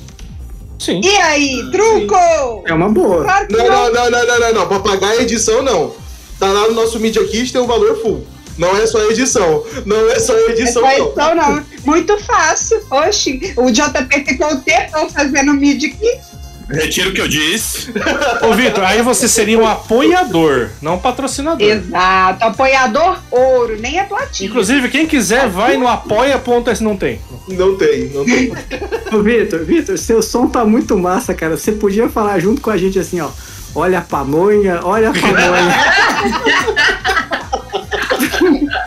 S3: Sim.
S8: E aí, truco?
S1: É uma boa.
S8: Claro que
S2: Não, não,
S8: não.
S2: não, não, não, não, não. Pra pagar a edição, não. Tá lá no nosso Media Kit, tem o valor full. Não é só a edição. Não é só a edição,
S8: Mas
S2: não.
S8: então não. Muito fácil. Oxi, o JP ficou o tempo um fazendo mid aqui.
S5: Retiro o que eu disse.
S3: Ô, Vitor, aí você seria um apoiador, não um patrocinador.
S8: Exato. Apoiador ouro, nem é platina.
S3: Inclusive, quem quiser, vai no apoia.se. Não tem.
S2: Não tem, não tem.
S1: Ô, Vitor, Vitor, seu som tá muito massa, cara. Você podia falar junto com a gente assim, ó. Olha a pamonha, olha a pamonha.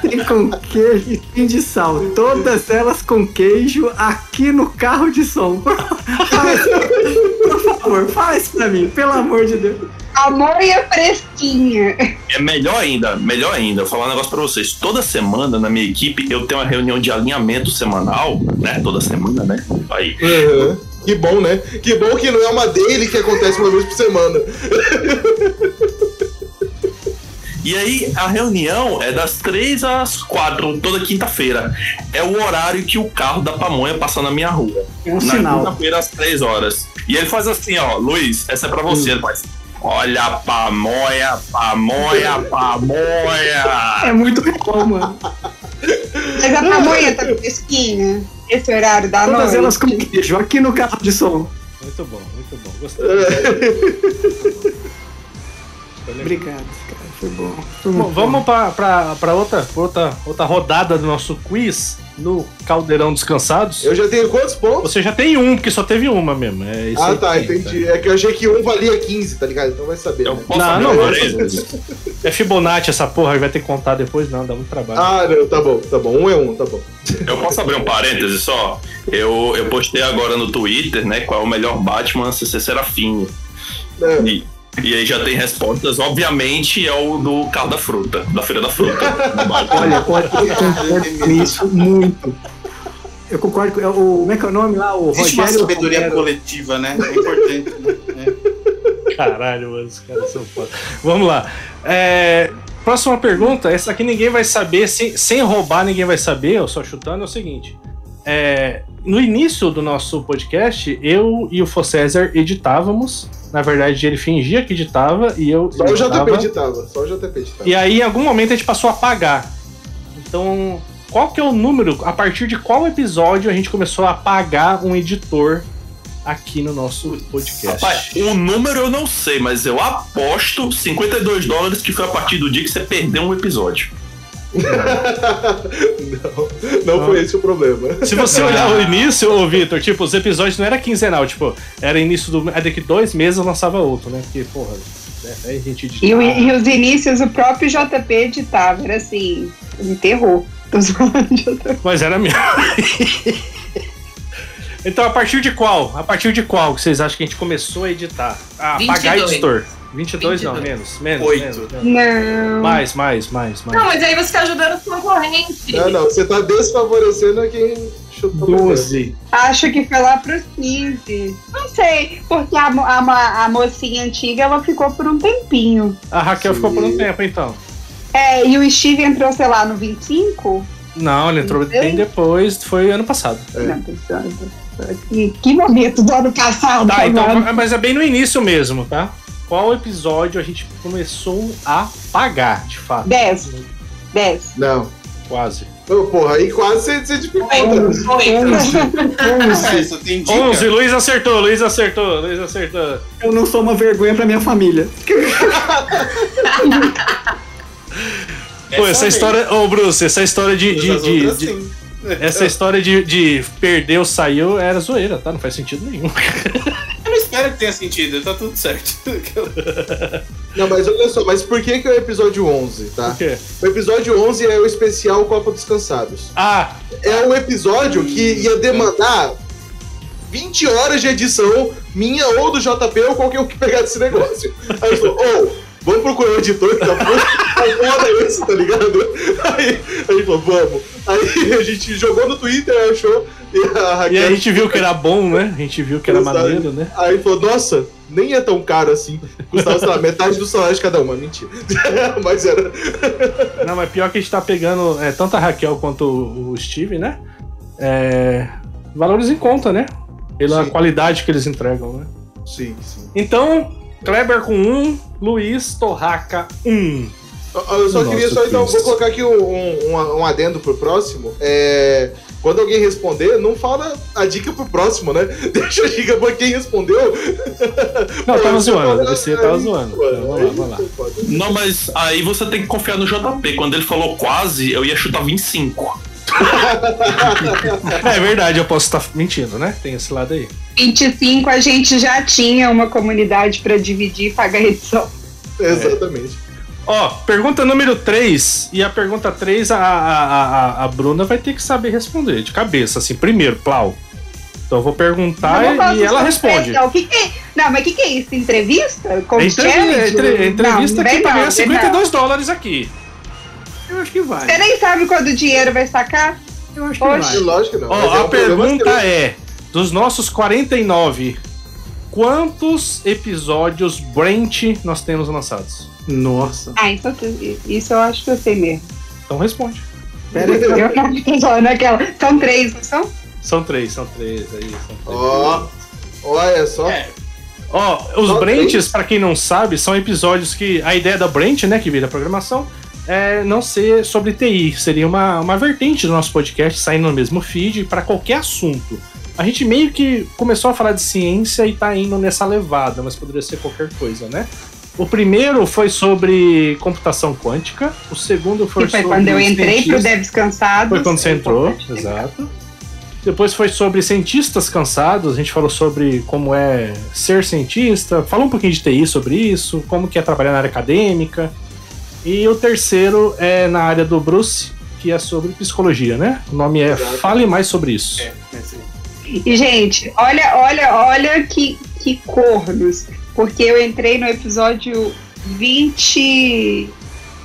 S1: tem com queijo e tem de sal. Todas elas com queijo aqui no carro de som. Fala isso- Por favor, fala isso pra mim, pelo amor de Deus.
S8: A moia fresquinha.
S5: É melhor ainda, melhor ainda, vou falar um negócio pra vocês. Toda semana na minha equipe eu tenho uma reunião de alinhamento semanal, né? Toda semana, né? Aí.
S2: Aham. Que bom, né? Que bom que não é uma daily que acontece uma vez por semana.
S5: E aí a reunião é das três às quatro, toda quinta-feira. É o horário que o carro da pamonha passa na minha rua.
S1: É um
S5: na
S1: sinal.
S5: quinta-feira às 3 horas. E ele faz assim, ó, Luiz, essa é pra você, ele faz. Olha a pamonha, pamonha, pamonha.
S1: É muito bom, mano.
S8: Mas a pamonha tá fresquinha. Esse horário da
S1: Todas
S8: noite.
S1: elas com queijo aqui no carro de som.
S3: Muito bom, muito bom. Gostei. Foi legal.
S1: Obrigado, cara. Foi bom. Foi
S3: Bom,
S1: muito
S3: vamos para outra, pra outra, outra rodada do nosso quiz no Caldeirão Descansados.
S2: Eu já tenho quantos pontos?
S3: Você já tem um, porque só teve uma mesmo. É esse
S2: Ah,
S3: aí
S2: tá,
S3: que tem,
S2: entendi. É que eu achei que um valia 15, tá ligado? Então vai saber.
S5: Eu
S2: né?
S5: posso
S3: Não,
S5: abrir
S3: não
S5: agora
S3: vai
S5: aí?
S3: tá? É Fibonacci essa porra, vai ter que contar depois, não, dá muito trabalho.
S2: Ah, não, tá bom, tá bom. Um é um, tá bom.
S5: Eu posso abrir um parêntese só? Eu, eu postei agora no Twitter, né? Qual é o melhor Batman CC Serafim.
S2: É.
S5: E, e aí já tem respostas. Obviamente é o do carro da fruta, da Feira da Fruta. do Batman.
S1: Olha, olha, eu concordo com isso muito. Eu concordo com. é O, como é que é o nome lá? O
S4: Existe uma
S1: Rogério.
S4: sabedoria
S1: Romero.
S4: coletiva, né? É importante. Né?
S3: Caralho, mano, os caras são foda. Vamos lá. É, próxima pergunta, essa aqui ninguém vai saber, sem, sem roubar ninguém vai saber, eu só chutando, é o seguinte. É, no início do nosso podcast, eu e o Fossésar editávamos. Na verdade, ele fingia que editava e eu.
S2: Só o JP
S3: editava.
S2: editava, só o JP editava.
S3: E aí, em algum momento, a gente passou a pagar. Então, qual que é o número? A partir de qual episódio a gente começou a pagar um editor aqui no nosso podcast?
S5: Rapaz, o número eu não sei, mas eu aposto 52 dólares que foi a partir do dia que você perdeu um episódio.
S2: Não,
S3: Não.
S2: não foi esse o problema.
S3: Se você olhar o início, ô Vitor, tipo, os episódios não era quinzenal, tipo, era início do. Aí daqui dois meses lançava outro, né? Porque, porra, né? aí a gente
S8: E, o-
S3: editava.
S8: e os inícios, o próprio JP editava, era assim, enterrou. Tô zoando, JP.
S3: Mas era mesmo. então, a partir de qual? A partir de qual que vocês acham que a gente começou a editar? Ah, pagar
S9: 22.
S3: editor. 22, não,
S9: 22.
S3: menos, menos,
S4: Oito.
S3: menos, menos.
S8: Não.
S3: Mais, mais, mais, mais.
S9: Não, mas aí você tá ajudando o concorrente.
S2: Não, não, você tá desfavorecendo quem chutou primeiro.
S1: 12.
S8: Acho que foi lá pros 15. Não sei, porque a, mo- a, ma- a mocinha antiga ela ficou por um tempinho.
S3: A Raquel ficou por um
S2: Sim.
S3: tempo, então.
S8: É, e o Steve entrou, sei lá, no 25?
S3: Não, ele entrou
S8: Entendeu?
S3: bem depois, foi ano passado.
S2: É.
S8: Não, pensando. Que, que momento do ano passado. né?
S3: Tá, então,
S8: mano.
S3: mas é bem no início mesmo, tá? Qual episódio a gente começou a pagar, de fato?
S8: 10. 10.
S2: Não.
S3: Quase.
S2: Ô, porra, aí quase você, você dificulta.
S9: Oito, oito.
S1: 11.
S4: É, só tem dica.
S3: 11, Luiz acertou, Luiz acertou, Luiz acertou.
S1: Eu não sou uma vergonha pra minha família.
S3: Pô, essa
S4: vez.
S3: história. Ô, Bruce, essa história de.
S4: Todas
S3: de-
S4: as
S3: de-
S4: outras,
S3: de-
S4: sim.
S3: essa história de, de perdeu, saiu era zoeira, tá? Não faz sentido nenhum.
S4: Eu não espero que tenha sentido, tá tudo certo.
S2: Não, mas olha só, mas por que que é o episódio 11, tá?
S3: Por quê?
S2: O episódio 11 é o especial Copa dos Cansados.
S3: Ah,
S2: É um episódio que ia demandar 20 horas de edição minha ou do JP ou qualquer um que pegar desse negócio. Aí falou, ô, vamos procurar um editor que tá foda isso, tá ligado? Aí, aí ele falou, vamos. Aí a gente jogou no Twitter, achou, e a
S3: e
S2: Raquel
S3: aí a gente viu que era bom, né? A gente viu que era
S2: Exato.
S3: maneiro, né?
S2: Aí ele falou, nossa, nem é tão caro assim. Custava, sei lá, metade do salário de cada uma. Mentira. Mas era.
S3: Não, mas pior que a gente tá pegando é, tanto a Raquel quanto o o Steve, né? É, valores em conta, né? Pela
S2: Sim.
S3: qualidade que eles entregam, né?
S2: Sim, sim.
S3: Então, Kleber com um, Luiz Torraca um.
S2: Eu só
S3: Nossa,
S2: queria só, então,
S3: Cristo.
S2: vou colocar aqui um, um, um adendo pro próximo. É, Quando alguém responder, não fala a dica pro próximo, né? Deixa a dica pra quem respondeu.
S3: Não, eu tava
S2: Aí,
S3: zoando, a
S2: aí,
S3: DC tava
S2: aí,
S3: zoando.
S2: mano,
S3: Então, vamos lá,
S2: aí
S3: vamos lá.
S2: foi foda.
S5: Não, mas aí você tem que confiar no JP. Quando ele falou quase, eu ia chutar 25.
S3: É verdade, eu posso estar mentindo, né? Tem esse lado aí.
S8: 25 a gente já tinha uma comunidade pra dividir e pagar edição.
S2: Exatamente.
S3: Ó, pergunta número 3. E a pergunta 3 a, a, a, a- a Bruna vai ter que saber responder de cabeça, assim, primeiro, plau. Então eu vou perguntar
S8: Eu não gosto
S3: e ela
S8: de
S3: responde.
S8: surpresa, o que que é? Não, mas o que, que é isso? Entrevista? Com
S3: É entrevi- é
S8: challenge?
S3: entre- é entrevista
S8: Não,
S3: que
S8: vem
S3: pra
S8: não,
S3: ganhar
S8: vem
S3: 52 dólares aqui.
S1: Eu acho que
S8: não.
S1: vai.
S8: Você nem sabe quando o dinheiro vai sacar?
S1: Eu acho que
S8: Oxe.
S2: E
S1: vai.
S2: Lógico que não.
S3: Ó,
S2: mas é
S3: a
S2: um programa
S3: pergunta é: dos nossos 49, quantos episódios Brent nós temos lançados?
S1: Nossa.
S8: Ah, isso, isso eu acho que eu sei mesmo.
S3: Então responde.
S1: Pera aí.
S3: é
S8: Eu não tô falando aquela. São três, não são?
S3: São três, são três aí. São três.
S2: Ó, olha só.
S4: É.
S3: Ó, os
S2: Só
S3: Brentes,
S2: três?
S3: pra quem não sabe, são episódios que a ideia da Brent, né, que vira programação, é não ser sobre TI, seria uma, uma vertente do nosso podcast saindo no mesmo feed para qualquer assunto. A gente meio que começou a falar de ciência e tá indo nessa levada, mas poderia ser qualquer coisa, né? O primeiro foi sobre computação quântica, o segundo foi,
S8: Que foi
S3: sobre
S8: quando eu entrei
S3: cientistas-
S8: pro Deves Cansados.
S3: foi quando você entrou, exato. Depois foi sobre cientistas cansados, a gente falou sobre como é ser cientista, falou um pouquinho de TI sobre isso, como que é trabalhar na área acadêmica. E o terceiro é na área do Bruce, que é sobre psicologia, né? O nome é
S2: Exato.
S3: Fale Mais Sobre Isso.
S4: É, mas,
S8: E, gente, olha, olha, olha que, que cornos. Porque eu entrei no episódio 20.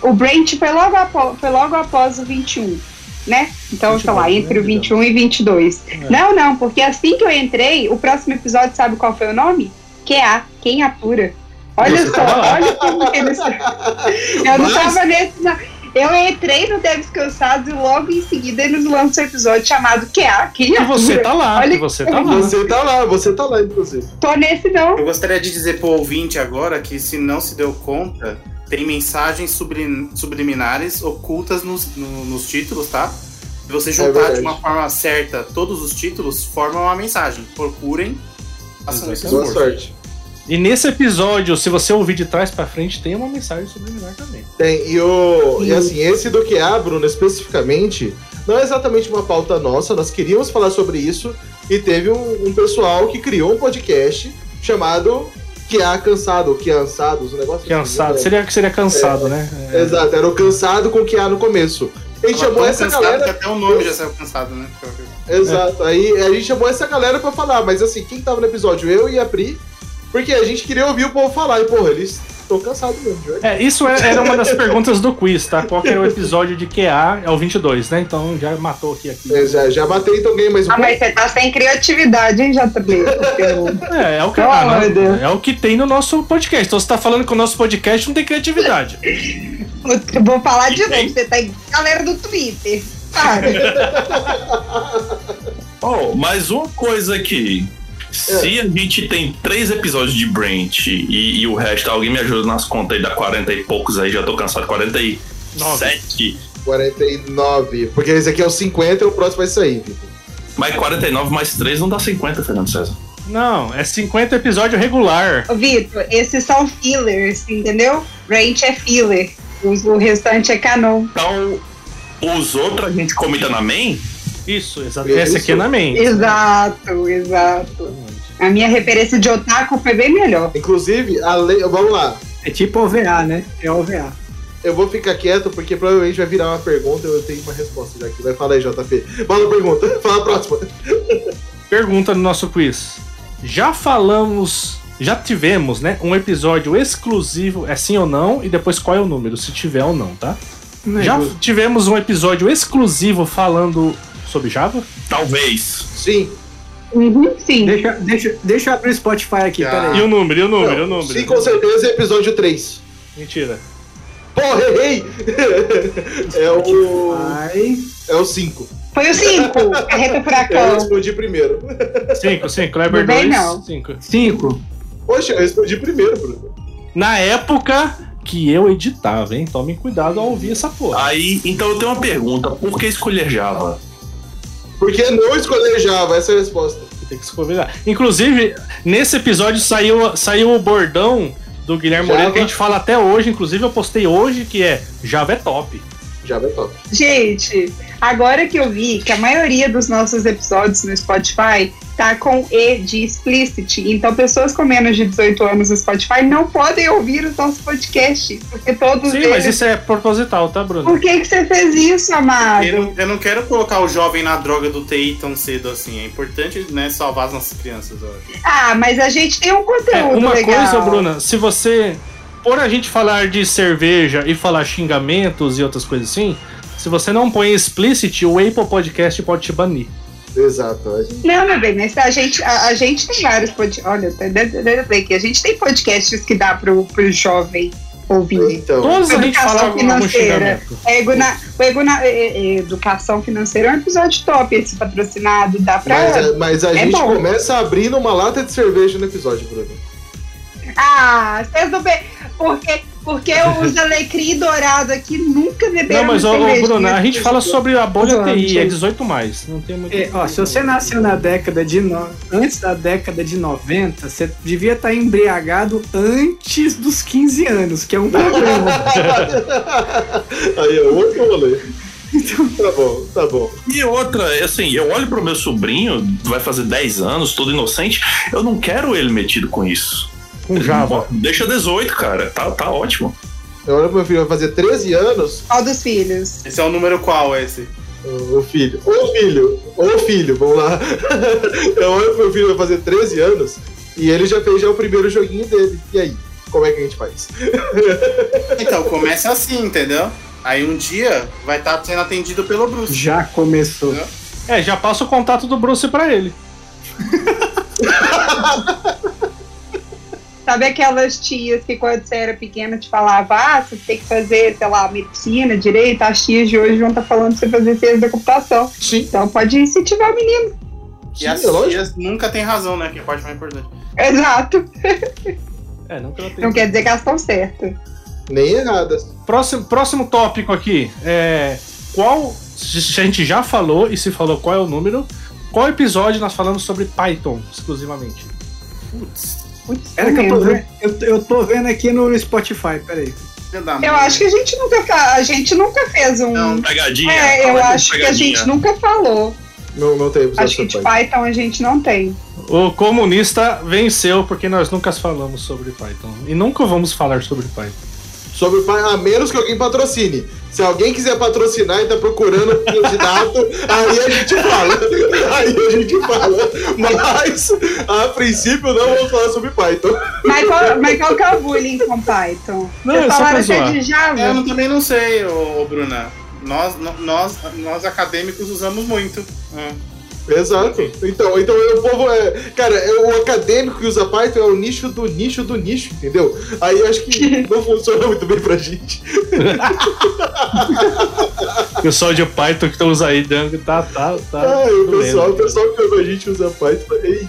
S8: O Brent foi logo, apo- foi logo após o 21, né? Então, sei lá,
S3: 22,
S8: entre
S3: né,
S8: o 21 e 22.
S3: É.
S8: Não, não, porque assim que eu entrei, o próximo episódio, sabe qual foi o nome? QA, Quem Apura. Olha
S3: Você
S8: só,
S3: tava lá.
S8: olha como que eles. Eu não
S2: Mas-
S8: tava nesse, não. Eu entrei no Deves Cansados e logo em seguida eles lançam um episódio chamado QA, Quem
S3: E
S8: Apura.
S3: você tá lá,
S8: Olha
S3: e você tá lá.
S2: Você tá lá, você tá lá, inclusive.
S8: Tô nesse não.
S4: Eu gostaria de dizer pro ouvinte agora que, se não se deu conta, tem mensagens sublim- subliminares ocultas nos, no- nos títulos, tá? Se você juntar
S2: É verdade.
S4: de uma forma certa todos os títulos, forma uma mensagem. Procurem. Façam isso.
S2: Boa
S4: por favor.
S2: sorte.
S3: E nesse episódio, se você ouvir de trás pra frente, tem uma mensagem subliminar também.
S2: Tem, e, o, e assim, esse do que há, Bruno, especificamente, não é exatamente uma pauta nossa, nós queríamos falar sobre isso, e teve um, um pessoal que criou um podcast chamado Que há Cansado, Que Ansados, um negócio
S3: Cansado.
S2: assim. né?
S3: Seria, seria cansado, né?
S2: Exato, era o Cansado com Que há no começo. A gente
S4: Tava
S2: chamou
S4: tão
S2: essa
S4: cansado
S2: galera
S4: que até o nome já saiu cansado, né?
S2: Exato. Aí a gente chamou essa galera pra falar, mas assim, quem tava no episódio? Eu e a Pri, porque a gente queria ouvir o povo falar. E, porra, eles estão cansados mesmo, de verdade.
S3: É, isso é- era uma das perguntas do quiz, tá? Qual que era o episódio de QA? É o 22, né? Então já matou aqui. aqui.
S2: É, já, já matei então alguém, mas.
S8: Ah, mas você tá sem criatividade, hein, JB? Eu-
S3: É, é o que,
S8: Oh,
S3: ah, não-
S8: meu Deus.
S3: é o que tem no nosso podcast. Então você tá falando que o nosso podcast não tem criatividade.
S8: Eu vou falar de novo, você tá em galera do Twitter. Para.
S5: Oh, mais uma coisa aqui. Se a gente tem três episódios de Brent e, e o resto, alguém me ajuda nas contas aí, dá 40 e poucos aí, já tô cansado, 47.
S2: 49. Porque esse aqui é o 50 e o próximo vai sair, tipo. Vitor.
S5: Mas 49 mais 3 não dá 50, Fernando César.
S3: Não, é 50 episódio regular.
S8: Ô, Vitor, esses são fillers, entendeu? Ranch é filler. os- O restante é canon.
S5: Então, os outros a gente comenta na main?
S3: Isso, exatamente. Esse aqui é na mente.
S8: Exato, exato. A minha referência de otaku foi bem melhor.
S2: Inclusive, a lei. Vamos lá.
S1: É tipo OVA, né? É OVA.
S2: Eu vou ficar quieto porque provavelmente vai virar uma pergunta e eu tenho uma resposta já aqui. Vai falar aí, JP. Fala a pergunta. Fala a próxima.
S3: Pergunta no nosso quiz. Já falamos, já tivemos, né? Um episódio exclusivo, é sim ou não, e depois qual é o número, se tiver ou não, tá?
S1: Não é
S3: Já
S1: justo.
S3: tivemos um episódio exclusivo falando sobre Java?
S5: Talvez.
S2: Sim.
S8: Uhum, sim.
S1: Deixa, deixa, deixa eu abrir o Spotify aqui,
S4: Ah.
S3: E
S1: peraí.
S3: o número, e o número, e o
S2: Não,
S3: número.
S2: Sim, com certeza, é episódio 3.
S3: Mentira.
S2: Porra, errei! é o.
S1: Ai,
S2: É o 5.
S8: Foi o 5, Carreta
S2: Eu
S8: Furacão.
S2: respondi primeiro.
S3: 5, 5, Kleber
S8: Não vem, não.
S3: 2, 5.
S1: cinco.
S2: Poxa, eu respondi primeiro, Bruno.
S3: Na época que eu editava, hein? Tomem cuidado ao ouvir essa porra.
S5: Aí, então eu tenho uma pergunta: por que escolher Java?
S2: Porque não escolher Java, essa é a resposta.
S3: Tem que se convidar. Inclusive, nesse episódio saiu, saiu o bordão do Guilherme
S2: Java.
S3: Moreira que a gente fala até hoje. Inclusive, eu postei hoje que é Java é top.
S2: Java é top.
S8: Gente, agora que eu vi que a maioria dos nossos episódios no Spotify tá com E de explicit, então pessoas com menos de 18 anos no Spotify não podem ouvir os nossos podcasts, porque
S2: Hum.
S8: todos
S3: Sim,
S8: eles...
S3: mas isso é proposital, tá, Bruno?
S8: Por que que você fez isso, amado?
S4: Eu não, eu não quero colocar o jovem na droga do TI tão cedo assim. É importante, né, salvar as nossas crianças, eu acho.
S8: Ah, mas a gente tem um
S3: É,
S8: conteúdo
S3: uma
S8: legal.
S3: coisa, Bruna, se você. Por a gente falar de cerveja e falar xingamentos e outras coisas assim, se você não põe explicit, o Apple Podcast pode te banir.
S2: Exato. a gente-
S8: Não, meu bem, mas a gente, a, a gente tem vários podcasts. Olha, eu lembrei aqui, a gente tem podcasts que dá pro, pro jovem ouvir.
S2: Então,
S3: Todos a gente
S8: Educação
S3: fala algum algum
S8: financeira.
S3: xingamento.
S8: É, Eguna- o Eguna- é, é, é, educação financeira é um episódio top, esse patrocinado, dá pra.
S2: mas, a- mas a
S8: É
S2: gente
S8: bom.
S2: começa abrindo uma lata de cerveja no episódio, Bruno.
S8: Ah, vocês não bem. Porque Porque os alecrim dourado aqui nunca beberam
S3: Não, mas, ô, ô,
S8: cerveja,
S3: Bruna,
S8: né?
S3: a gente fala sobre a bolha
S1: Exato.
S3: TI, é 18 mais. Não tem muito.
S1: É, ó, se você nasceu na década de no... antes da década de 90, você devia estar embriagado antes dos 15 anos, que é um problema.
S2: Aí é outro rolê. Tá bom, tá bom.
S5: E outra, assim, eu olho pro meu sobrinho, vai fazer 10 anos, todo inocente, eu não quero ele metido com isso.
S3: Com Java.
S5: Deixa 18, cara, tá, tá ótimo.
S2: Eu olho pro meu filho, vai fazer 13 anos,
S8: Qual dos filhos?
S4: Esse é o número qual, esse?
S2: Ô ô, filho, ô filho, ô filho, vamos lá. Eu olho pro meu filho, vai fazer 13 anos, e ele já fez já o primeiro joguinho dele. E aí, como é que a gente faz?
S4: Então, começa assim, entendeu? Aí um dia vai estar sendo atendido pelo Bruce.
S1: Já começou.
S3: É, já passa o contato do Bruce pra ele.
S8: Sabe aquelas tias que quando você era pequena te falava, ah, você tem que fazer, sei lá, medicina, direito, as tias de hoje vão estar falando pra você fazer ciência da computação.
S2: Sim.
S8: Então pode incentivar o menino.
S4: E assim as
S2: é lógico.
S4: tias nunca tem razão, né? Que é a parte mais importante.
S8: Exato.
S3: É, não que ela tenha.
S8: Não quer dizer que elas estão certas.
S2: Nem errada.
S3: Próximo, próximo tópico aqui é qual. se A gente já falou e se falou qual é o número. Qual episódio nós falamos sobre Python exclusivamente?
S8: Putz,
S1: Pera
S8: não
S1: que eu tô,
S8: lembro.
S1: vendo, eu, tô- eu tô vendo aqui no Spotify, peraí.
S4: Filha da mãe.
S8: Eu acho que a gente nunca fa- a gente nunca fez um.
S4: Não,
S5: Pegadinha.
S8: é, eu
S5: fala de
S8: acho que a
S5: pegadinha.
S8: gente nunca falou.
S2: Não, não tem episódio
S8: acho que de
S2: sobre pai.
S8: Python a gente não tem.
S3: O comunista venceu porque nós nunca falamos sobre Python. E nunca vamos falar sobre Python.
S2: Sobre pai, a menos que alguém patrocine. Se alguém quiser patrocinar e tá procurando um candidato, aí a gente fala. Aí a gente fala. Mas, a princípio, não vamos falar sobre então. Python.
S8: Mas qual, mas qual que é o bullying com Python?
S3: Não,
S8: Vocês
S3: é só pra
S8: falaram que é
S3: zoar.
S8: de Java.
S4: Eu não- também não sei, ô, ô, Bruna. Nós, no- nós, nós acadêmicos usamos muito. Hum.
S2: Exato. Então, então o povo é. Cara, é o acadêmico que usa Python é o nicho do nicho do nicho, entendeu? Aí acho que não funciona muito bem pra gente.
S3: Pessoal de Python que estamos aí dando. Tá, tá, tá.
S2: Ai, o
S3: tudo
S2: pessoal, o
S3: bem, né?
S2: pessoal que ouve a gente usa Python. Ei,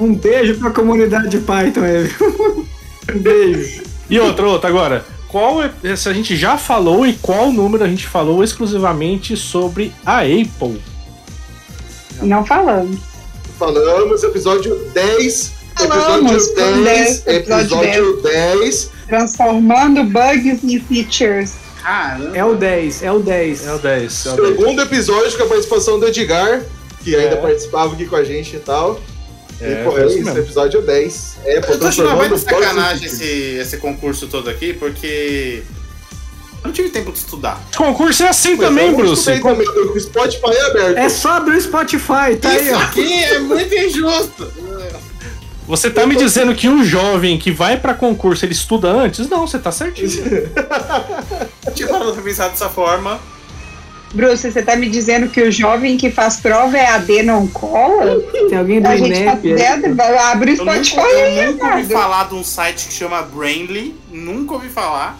S1: Um beijo pra comunidade Python aí, viu? Um beijo.
S3: E outra, outra agora. Qual é, se a gente já falou e qual número a gente falou exclusivamente sobre a Apple?
S8: Não falamos.
S2: falamos episódio 10.
S8: Falamos,
S2: Episódio 10,
S8: né? Episódio
S2: episódio 10.
S8: Transformando bugs em features.
S4: Caramba.
S1: É o 10, é o 10.
S3: É o 10. É o 10.
S2: Segundo um episódio com a participação do Edgar, que ainda
S3: É.
S2: participava aqui com a gente e tal.
S3: É,
S2: e pô,
S3: é
S2: é
S3: isso
S2: isso,
S3: mesmo.
S2: episódio 10. É, pô,
S4: Eu tô achando mais
S2: transformando
S4: de sacanagem
S2: bugs em
S4: esse, esse concurso todo aqui, porque. Eu não tive tempo de estudar.
S3: Concurso é assim
S2: Pois é,
S3: também,
S2: eu
S3: Bruce.
S2: estudei também, O Spotify é aberto.
S1: É só abrir o Spotify, tá aí,
S4: Isso
S1: ó.
S4: aqui é muito injusto.
S3: Você tá me dizendo que um jovem que vai pra concurso, ele estuda antes? Não, você tá certinho.
S4: Eu tinha parado pra pensar dessa forma.
S8: Bruce, você tá me dizendo que o jovem que faz prova é AD não cola?
S1: Tem alguém do
S8: A
S3: né?
S8: gente tá
S1: INEP aí.
S8: dentro, vai- abre o
S4: Eu nunca,
S8: Spotify
S4: eu
S8: aí,
S4: nunca ouvi
S8: Eduardo.
S4: falar de um site que chama Brainly. Nunca ouvi falar.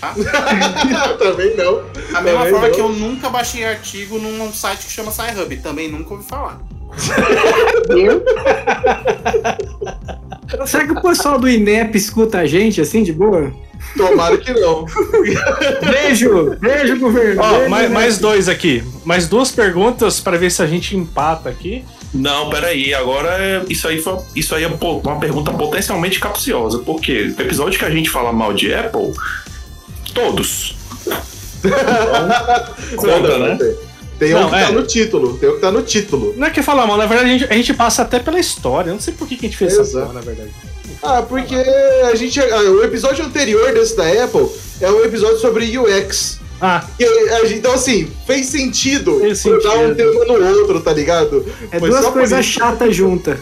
S3: É.
S2: também não.
S4: Da mesma
S2: Também
S4: forma
S2: não.
S4: que eu nunca baixei artigo num site que chama SciHub. Também nunca ouvi falar.
S8: Viu?
S1: Será que o pessoal do INEP escuta a gente assim, de boa?
S2: Tomara que não.
S1: Beijo! Beijo, governo!
S2: é
S3: Ó,
S1: Beijo,
S3: mais,
S1: né?
S3: mais dois aqui. Mais duas perguntas pra ver se a gente empata aqui.
S5: Não, peraí, agora é- isso aí foi isso aí é po- uma pergunta potencialmente capciosa, porque o episódio que a gente fala mal de Apple, todos. Conta,
S2: Não, não
S5: né?
S2: tem. Tem
S3: Não,
S2: um que
S3: é.
S2: tá no título. Tem um que tá no título.
S3: Não é que falar mal, na verdade a gente, a gente passa até pela história. Eu não sei por que, que a gente fez essa
S2: Exato.
S3: porra, na verdade.
S2: Ah, porque a gente. ah, o episódio anterior desse da Apple é um episódio sobre UX.
S3: Ah,
S2: E a gente- então, assim, fez sentido
S3: Fez
S2: dar um
S3: sentido.
S2: tema no outro, tá ligado?
S1: É
S2: Foi
S1: duas
S2: só por
S1: coisas
S2: isso.
S1: chatas juntas.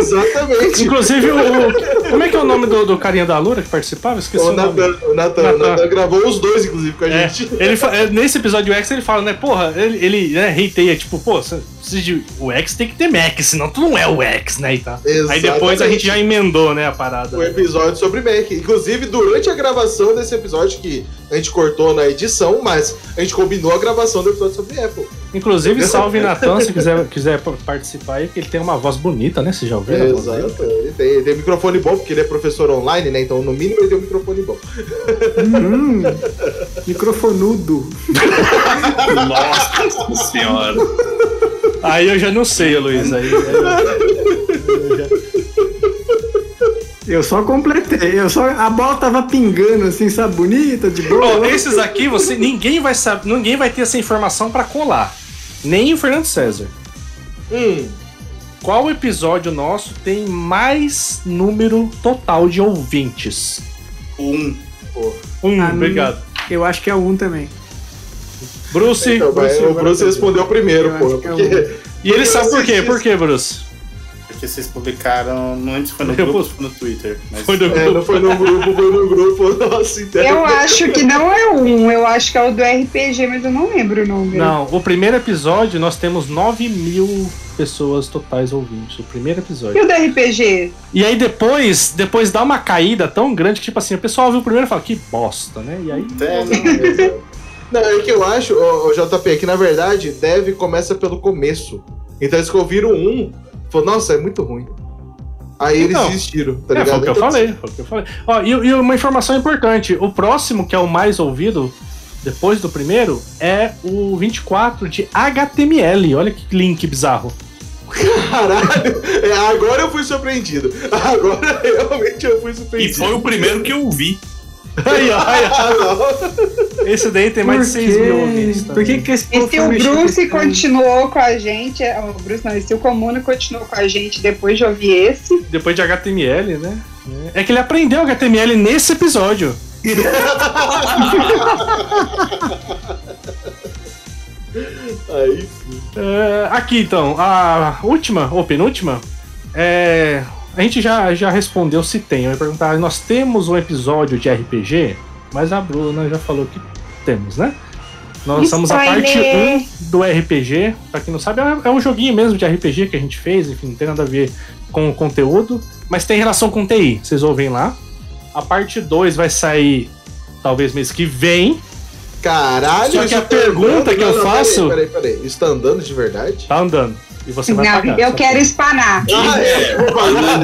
S2: Exatamente.
S3: inclusive o. Como é que é o nome do, do carinha da Lura que participava? Esqueci o,
S2: O
S3: nome.
S2: Natan, o Natan, o
S3: Natan.
S2: Natan gravou os dois, inclusive, com a
S3: É,
S2: gente.
S3: ele fa- é, nesse episódio do X ele fala, né, porra, ele, ele né, hateia, tipo, pô, você precisa de- o X tem que ter Mac, senão tu não é o X, né, e tá. Aí depois a gente já emendou, né, a parada.
S2: O um episódio sobre Mac. Inclusive, durante a gravação desse episódio, que a gente cortou na edição, mas a gente combinou a gravação do episódio sobre Apple.
S3: Inclusive, salve Natan, se quiser, quiser participar aí, porque ele tem uma voz bonita, né? Você já ouviu? a voz dele?
S2: Exato. Ele tem, ele tem microfone bom, porque ele é professor online, né? Então, no mínimo, ele tem um microfone bom.
S1: Hum, microfonudo.
S5: Nossa senhora.
S3: Aí eu já não sei, Luiz. Aí, aí
S1: Eu só completei, eu só. A bola tava pingando assim, sabe? Bonita, de
S3: eu- Ó,
S1: boa.
S3: esses aqui, você, ninguém vai saber, ninguém vai ter essa informação pra colar. Nem o Fernando César.
S2: Hum,
S3: Qual episódio nosso tem mais número total de ouvintes?
S4: Um.
S3: Um,
S1: Ah,
S3: obrigado.
S1: Eu acho que é um também.
S3: Bruce,
S2: então, vai,
S1: Bruce,
S2: o Bruce
S1: agora
S2: respondeu primeiro,
S1: Eu
S2: pô.
S1: acho que é
S2: Porque
S3: e ele sabe por quê?
S2: assisti
S3: Por quê, Bruce?
S4: Porque vocês publicaram, não antes foi no
S3: Eu
S4: grupo,
S3: vou-
S4: foi no Twitter. Mas
S3: Foi
S1: um-
S3: do
S2: é, não foi no grupo, foi no grupo. Nossa,
S8: Eu
S2: interno.
S8: acho que não é um, eu acho que é o do RPG, mas eu não lembro o número.
S3: Não, o primeiro episódio nós temos 9 mil pessoas totais ouvintes. O primeiro
S8: E
S3: episódio.
S8: o do RPG?
S3: E aí depois, depois dá uma caída tão grande que, tipo assim, o pessoal ouve o primeiro e fala, que bosta, né? E aí.
S4: até não-
S2: Não, é que eu acho, ô, ô, JP, que na verdade deve começa pelo começo. Então eles que ouviram um, falou, nossa, é muito ruim. Aí eles
S3: Então,
S2: desistiram, tá
S3: é, foi o
S2: ligado?
S3: que eu
S2: Então,
S3: falei, foi o que eu falei. Ó, e, e uma informação importante: o próximo, que é o mais ouvido, depois do primeiro, é o 24 de HTML. Olha que link bizarro.
S2: Caralho, é, agora eu fui surpreendido. Agora realmente eu fui
S5: E
S2: surpreendido.
S5: foi o primeiro que eu vi.
S3: Aí, ó, aí,
S2: Ah, não.
S3: ó. Esse daí tem mais de 6 mil ouvintes.
S1: Por
S3: também.
S1: que, que esse
S8: E
S1: povo
S8: se
S1: tá
S8: é o
S1: mexendo
S8: Bruce
S1: com esse
S8: continuou com a gente, é, o Bruce não, e se o Comuno continuou com a gente depois de ouvir esse,
S3: Depois de HTML, né? É que ele aprendeu HTML nesse episódio.
S2: Aí,
S3: É, aqui então, a última ou penúltima é, A gente já, já respondeu se tem. Eu ia perguntar, nós temos um episódio de RPG, mas a Bruna já falou que temos, né? Nós lançamos a parte 1
S8: Spoiler!
S3: do RPG. Pra quem não sabe, é- é um joguinho mesmo de RPG que a gente fez, enfim, não tem nada a ver com o conteúdo, mas tem relação com TI. Vocês ouvem lá. A parte 2 vai sair talvez mês que vem.
S2: Caralho,
S3: Só que
S2: isso
S3: a
S2: tá
S3: pergunta
S2: andando-
S3: que eu
S2: Não, não, peraí,
S3: faço-
S2: Peraí, peraí, Isso tá andando de verdade?
S3: Tá andando. E você vai
S8: não,
S3: pagar.
S8: eu
S3: sabe?
S8: quero espanar.
S2: Ah, é, vou falar.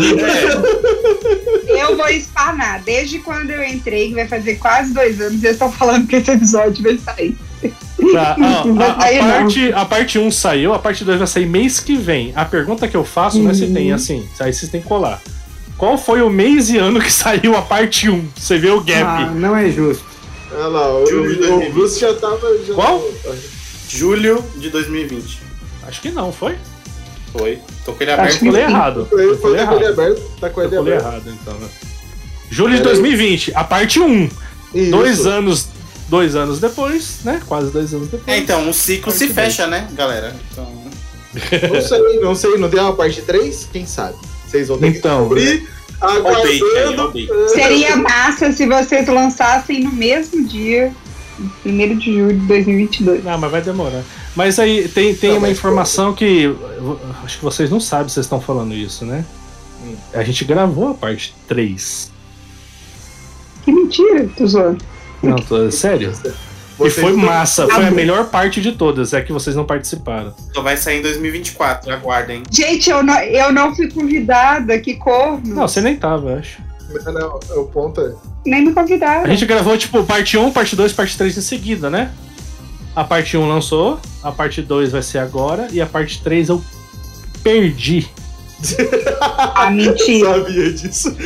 S5: É,
S8: Eu vou espanar. Desde quando eu entrei, que vai fazer quase dois anos, eu estou falando que esse episódio vai sair.
S3: Tá, ó,
S8: Não vai
S3: a, a
S8: sair, não.
S3: parte, a parte 1 saiu, a parte 2 vai sair mês que vem. A pergunta que eu faço não é se
S8: Uhum.
S3: tem, assim, aí vocês têm que colar. Qual foi o mês e ano que saiu a parte 1? Você vê o
S1: Ah,
S3: gap.
S1: não é justo.
S2: Olha lá, o, o, o Bruce já tava. Já
S3: Qual?
S4: Julho de 2020.
S3: Acho que não, foi?
S4: Foi. Tô com ele
S3: Acho
S4: aberto.
S3: que eu falei errado.
S2: Foi,
S3: Eu
S2: foi
S3: falei
S2: tá com ele
S3: errado.
S2: aberto. Tá com
S3: Eu
S2: ele
S3: falei
S2: aberto.
S3: errado, então. né? Julho de
S2: Peraí.
S3: 2020, a parte 1.
S2: Isso.
S3: Dois anos, dois anos depois, né? Quase dois anos depois.
S4: É, então, o ciclo
S3: Muito
S4: se
S3: bem.
S4: fecha, né, galera? Então,
S2: Não sei, não sei, não tem uma parte 3? Quem sabe? Vocês vão ter
S3: Então,
S2: que descobrir.
S5: Roubei, aí,
S2: Aguardando.
S5: roubei.
S8: Seria massa se vocês lançassem no mesmo dia, 1 de julho de 2022.
S3: Não, mas vai demorar. Mas aí tem, tem
S2: Não,
S3: uma
S2: mas
S3: informação que eu- acho que vocês não sabem se vocês estão falando isso, né?
S2: Hum.
S3: A gente gravou a parte 3.
S8: Que mentira, tô zoando.
S3: Não, tô, sério. E
S2: Vocês
S3: foi
S2: não-
S3: massa, foi a melhor parte de todas, é que vocês não participaram.
S4: só vai sair em 2024, aguardem.
S8: Gente, eu não, eu não fui convidada, que corno.
S3: Não, você nem tava, eu acho.
S2: Não, não, é o ponto é.
S8: Nem me
S3: A
S8: convidaram.
S3: gente gravou, tipo, parte 1, parte 2, parte 3 em seguida, né? A parte 1 lançou, a parte 2 vai ser agora, e a parte 3 eu perdi.
S8: Ah,
S2: Eu
S8: mentira.
S2: sabia disso.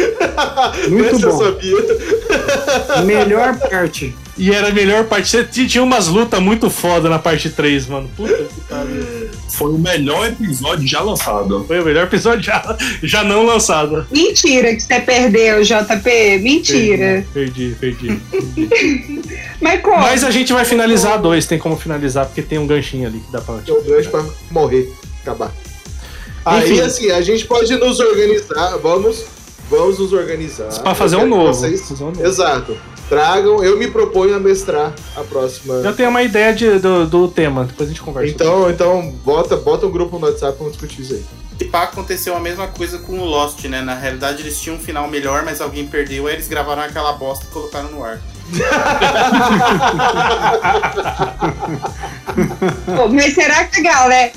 S1: Muito
S2: Essa
S1: bom.
S2: Eu sabia.
S1: Melhor parte.
S3: E era a melhor parte. Você Tinha umas lutas muito foda na parte 3, mano. Puta que pariu.
S5: Foi o melhor episódio já lançado.
S3: Foi o melhor episódio já, já não lançado.
S8: Mentira que você perdeu, JP. Mentira.
S3: Perdi, perdi.
S8: Mas como?
S3: Mas a gente vai finalizar a dois, tem como finalizar, porque tem um ganchinho ali que dá pra.
S2: Tem um gancho pra morrer, acabar. Aí,
S3: Enfim.
S2: assim, a gente pode nos organizar. Vamos, vamos nos organizar.
S3: Pra fazer
S2: Ah, Eu
S3: um
S2: quero que
S3: novo.
S2: vocês-
S3: Fazer um novo.
S2: Exato. Tragam, eu me proponho a mestrar a próxima.
S3: Eu tenho uma ideia de- do, do tema, depois a gente conversa.
S2: Então, então bota, bota um grupo no WhatsApp vamos discutir isso aí.
S4: E pá, aconteceu a mesma coisa com o Lost, né? Na realidade, eles tinham um final melhor, mas alguém perdeu, aí eles gravaram aquela bosta e colocaram no ar.
S8: Pô, mas será que a galera.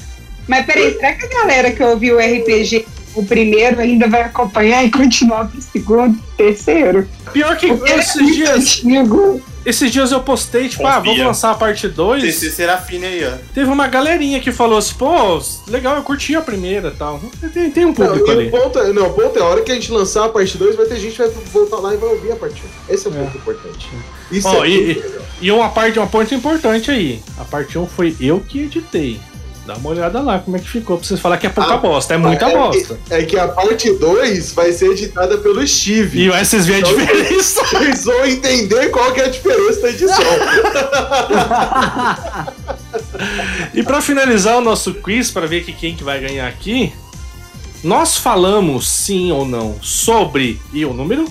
S8: Mas peraí, será que a galera que ouviu o RPG, o primeiro, ainda vai acompanhar e continuar pro segundo, terceiro?
S3: Pior que esses
S8: Muito
S3: dias,
S8: antigo.
S3: esses dias eu postei, tipo, ah,
S5: Confia.
S3: vamos lançar a parte 2.
S4: Esse Serafine aí, ó.
S3: Teve uma galerinha que falou assim, pô, legal, eu curti a primeira e tal. Tem, tem um
S2: Não,
S3: público
S2: e o
S3: ali.
S2: ponto é, não, o ponto é a hora que a gente lançar a parte 2, vai ter gente que vai voltar lá e vai ouvir a parte 1. Esse é o ponto importante. Isso
S3: Ó,
S2: é
S3: e-
S2: muito legal.
S3: E uma parte, uma ponto importante aí. A parte 1 foi eu que editei. Dá uma olhada lá como é que ficou, pra vocês falar que é pouca
S2: Ah,
S3: bosta, é muita
S2: é que-
S3: bosta.
S2: É que a parte 2 vai ser editada pelo Steve.
S3: E aí vocês veem a
S2: Então-
S3: diferença.
S2: Vocês vão entender qual que é a diferença da edição.
S3: E pra finalizar o nosso quiz, pra ver que quem que vai ganhar aqui, nós falamos sim ou não sobre e o número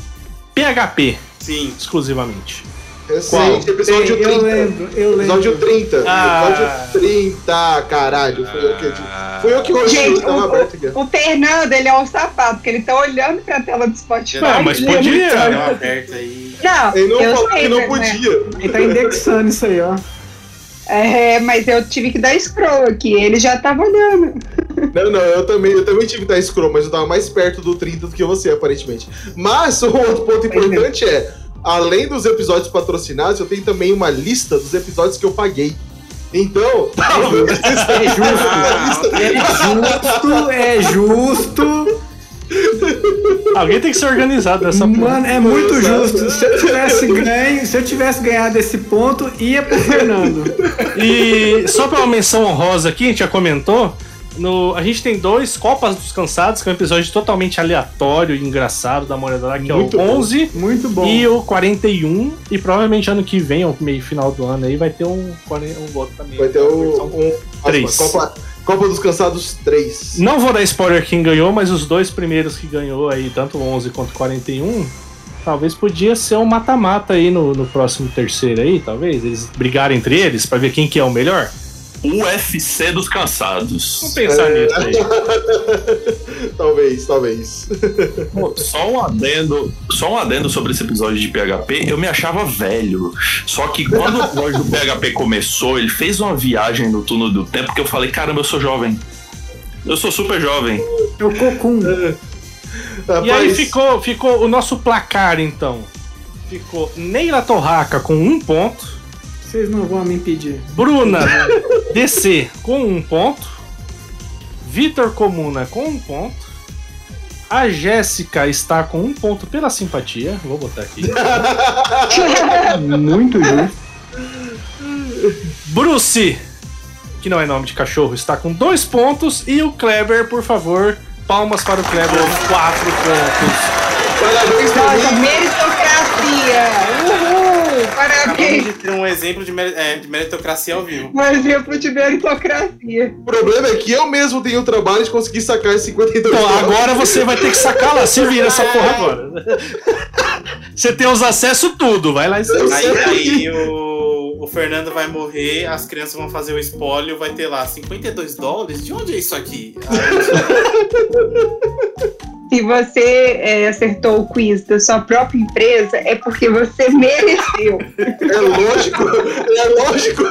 S3: PHP
S4: Sim.
S3: exclusivamente.
S2: Recente, é episódio
S1: Sei, eu
S2: 30.
S1: lembro, eu lembro.
S2: Episódio 30.
S3: Ah.
S2: Episódio 30, caralho. Foi eu que editei. Foi eu que hoje
S8: Gente,
S2: tava
S8: o-
S2: aberto aqui.
S8: O Fernando, ele é um safado, porque ele tá olhando pra tela do Spotify. é
S3: Não, mas podia.
S4: Canal aberto aí.
S8: Não,
S2: Ele não
S8: eu
S2: falou
S8: sei, né,
S2: que não
S8: mas-
S2: podia.
S1: Ele tá indexando isso aí, ó.
S8: É, mas eu tive que dar scroll aqui, ele já tava olhando.
S2: Não, não, eu também, eu também tive da scroll, mas eu tava mais perto do 30 do que você, aparentemente. Mas um outro ponto importante é, além dos episódios patrocinados, eu tenho também uma lista dos episódios que eu paguei. Então, talvez
S1: É
S4: Ah,
S1: justo. É justo, é justo.
S3: Alguém tem que ser organizado nessa porra.
S1: Mano, é muito justo. Se eu tivesse ganho, se eu tivesse ganhado esse ponto, ia pro Fernando.
S3: E só pra uma menção honrosa aqui, a gente já comentou. No, a gente tem dois Copas dos Cansados, que é um episódio totalmente aleatório e engraçado da Morada lá, que
S1: Muito
S3: é o
S1: bom.
S3: 11
S1: Muito bom.
S3: e o 41. E provavelmente ano que vem, ou meio final do ano aí, vai ter um, 40 um voto também.
S2: vai ter o,
S3: São-
S2: um,
S3: Então, Três.
S2: Copa, Copa dos Cansados 3.
S3: Não vou dar spoiler quem ganhou, mas os dois primeiros que ganhou aí, tanto o 11 quanto o 41, talvez podia ser um mata-mata aí no, no próximo terceiro aí, talvez. Eles brigarem entre eles pra ver quem que é o melhor.
S5: UFC
S3: Vamos
S5: dos cansados.
S3: pensar nisso aí.
S2: Talvez, talvez.
S5: Pô, Só um adendo, só um adendo sobre esse episódio de PHP, eu me achava velho. Só que quando o episódio do PHP começou, ele fez uma viagem no túnel do tempo que eu falei, caramba, eu sou jovem. Eu sou super jovem.
S1: É o Cocum.
S3: E aí
S2: Rapaz,
S3: ficou, ficou o nosso placar, então. Ficou Neila Torraca com um ponto,
S1: Vocês não vão me impedir.
S3: Bruna DC com um ponto, Vitor Comuna com um ponto, a Jéssica está com um ponto pela simpatia, vou botar aqui.
S1: Muito justo.
S3: Bruce, que não é nome de cachorro, está com dois pontos, e o Kleber, por favor, palmas para o Kleber, quatro pontos.
S2: Parabéns pra
S8: Nossa,
S2: mim.
S8: meritocracia! Uhul!
S4: Acabamos
S8: Parabéns!
S4: de ter um exemplo de, meri- é, de meritocracia ao vivo.
S8: Mas eu pro Um de meritocracia.
S2: O problema é que eu mesmo tenho o trabalho de conseguir sacar esses 52
S3: Então,
S2: pontos.
S3: agora você vai ter que sacar lá, se vira essa porra agora. Você tem os acessos tudo, vai lá e você...
S4: Aí, aí o, o Fernando vai morrer, as crianças vão fazer o espólio, vai ter lá 52 dólares. De onde é isso aqui?
S8: Se você é, acertou o quiz da sua própria empresa, é porque você mereceu.
S2: É lógico, é lógico.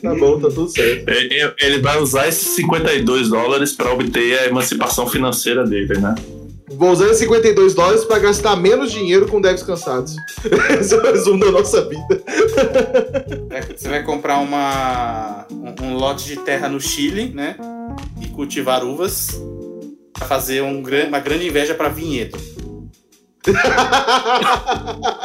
S2: tá bom, tá tudo certo.
S5: E- e- Ele vai usar esses 52 dólares para obter a emancipação financeira dele, né?
S2: Vou usar esses 52 dólares pra gastar menos dinheiro com devs cansados. Esse é o resumo da nossa vida.
S4: Vai- É, Você vai comprar uma, um, um lote de terra no Chile, né? E cultivar uvas. Pra fazer um gran- uma grande inveja pra Vinhedo.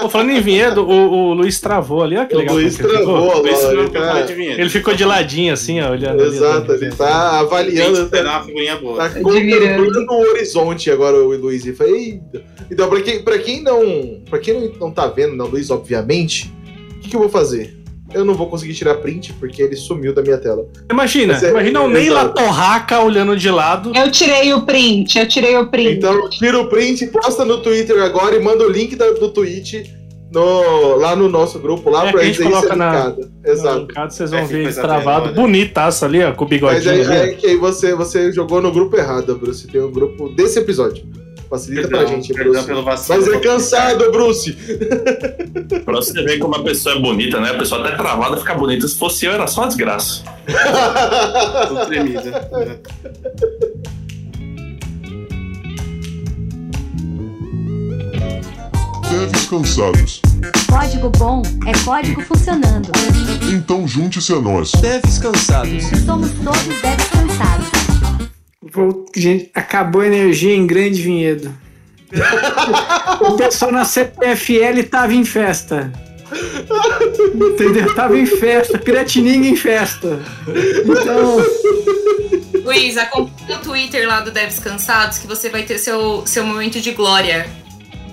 S3: Pô, falando em vinhedo, o, o Luiz travou ali, olha que
S2: O
S3: legal.
S2: Luiz
S3: como é que ele
S2: travou
S3: ficou.
S2: a
S3: né?
S4: Por isso que eu
S2: loja,
S4: não falei de
S2: cara.
S4: Vinhedo.
S3: Ele ficou de ladinho assim, ó, olhando. ali,
S2: Exato,
S3: olhando.
S2: ele tá
S4: Tem que
S2: avaliando, tá,
S4: esperar uma figurinha boa.
S2: tá
S8: Admirando.
S2: contemplando o horizonte agora o Luiz. Ele fala, "Eita." Então, pra quem, pra quem não. para quem não, não tá vendo, não, Luiz, obviamente, o que, que eu vou fazer? Eu não vou conseguir tirar print porque ele sumiu da minha tela.
S3: Imagina,
S2: Mas é-
S3: imagina o Neila
S2: exato.
S3: Torraca olhando de lado.
S8: Eu tirei o print, eu tirei o print.
S2: Então, tira o print, posta no Twitter agora e manda o link da- do tweet no- lá no nosso grupo, lá
S3: É,
S2: pra
S3: que a gente
S2: gente ser
S3: coloca na-
S2: educado.
S3: No
S2: Exato.
S3: mercado, vocês vão
S4: É, que
S3: ver ele
S4: coisa
S3: travado.
S4: bela, né?
S3: Bonitaço ali, ó, com o
S2: Mas
S3: bigodinho
S2: aí,
S3: ali.
S2: aí que aí você, você jogou no grupo errado, Bruce. Tem o grupo um desse episódio. Facilita pra
S4: Perdão,
S2: gente,
S4: perdão
S2: Bruce.
S4: pelo vacilo.
S2: Mas é cansado, Bruce.
S5: Pra você ver como a pessoa é bonita, né? A pessoa até travada fica bonita. Se fosse eu, era só desgraça.
S4: Tô tremida.
S11: Devs cansados.
S10: Código bom é código funcionando.
S11: Então junte-se a nós.
S7: Devs cansados.
S10: Somos todos devs cansados.
S1: Vou- gente, acabou a energia em Grande Vinhedo. o pessoal na CPFL tava em festa. Entendeu? Tava em festa, Piratininga em festa. Então,
S9: Luiz, acompanha o Twitter lá do Devs Cansados que você vai ter seu, seu momento de glória.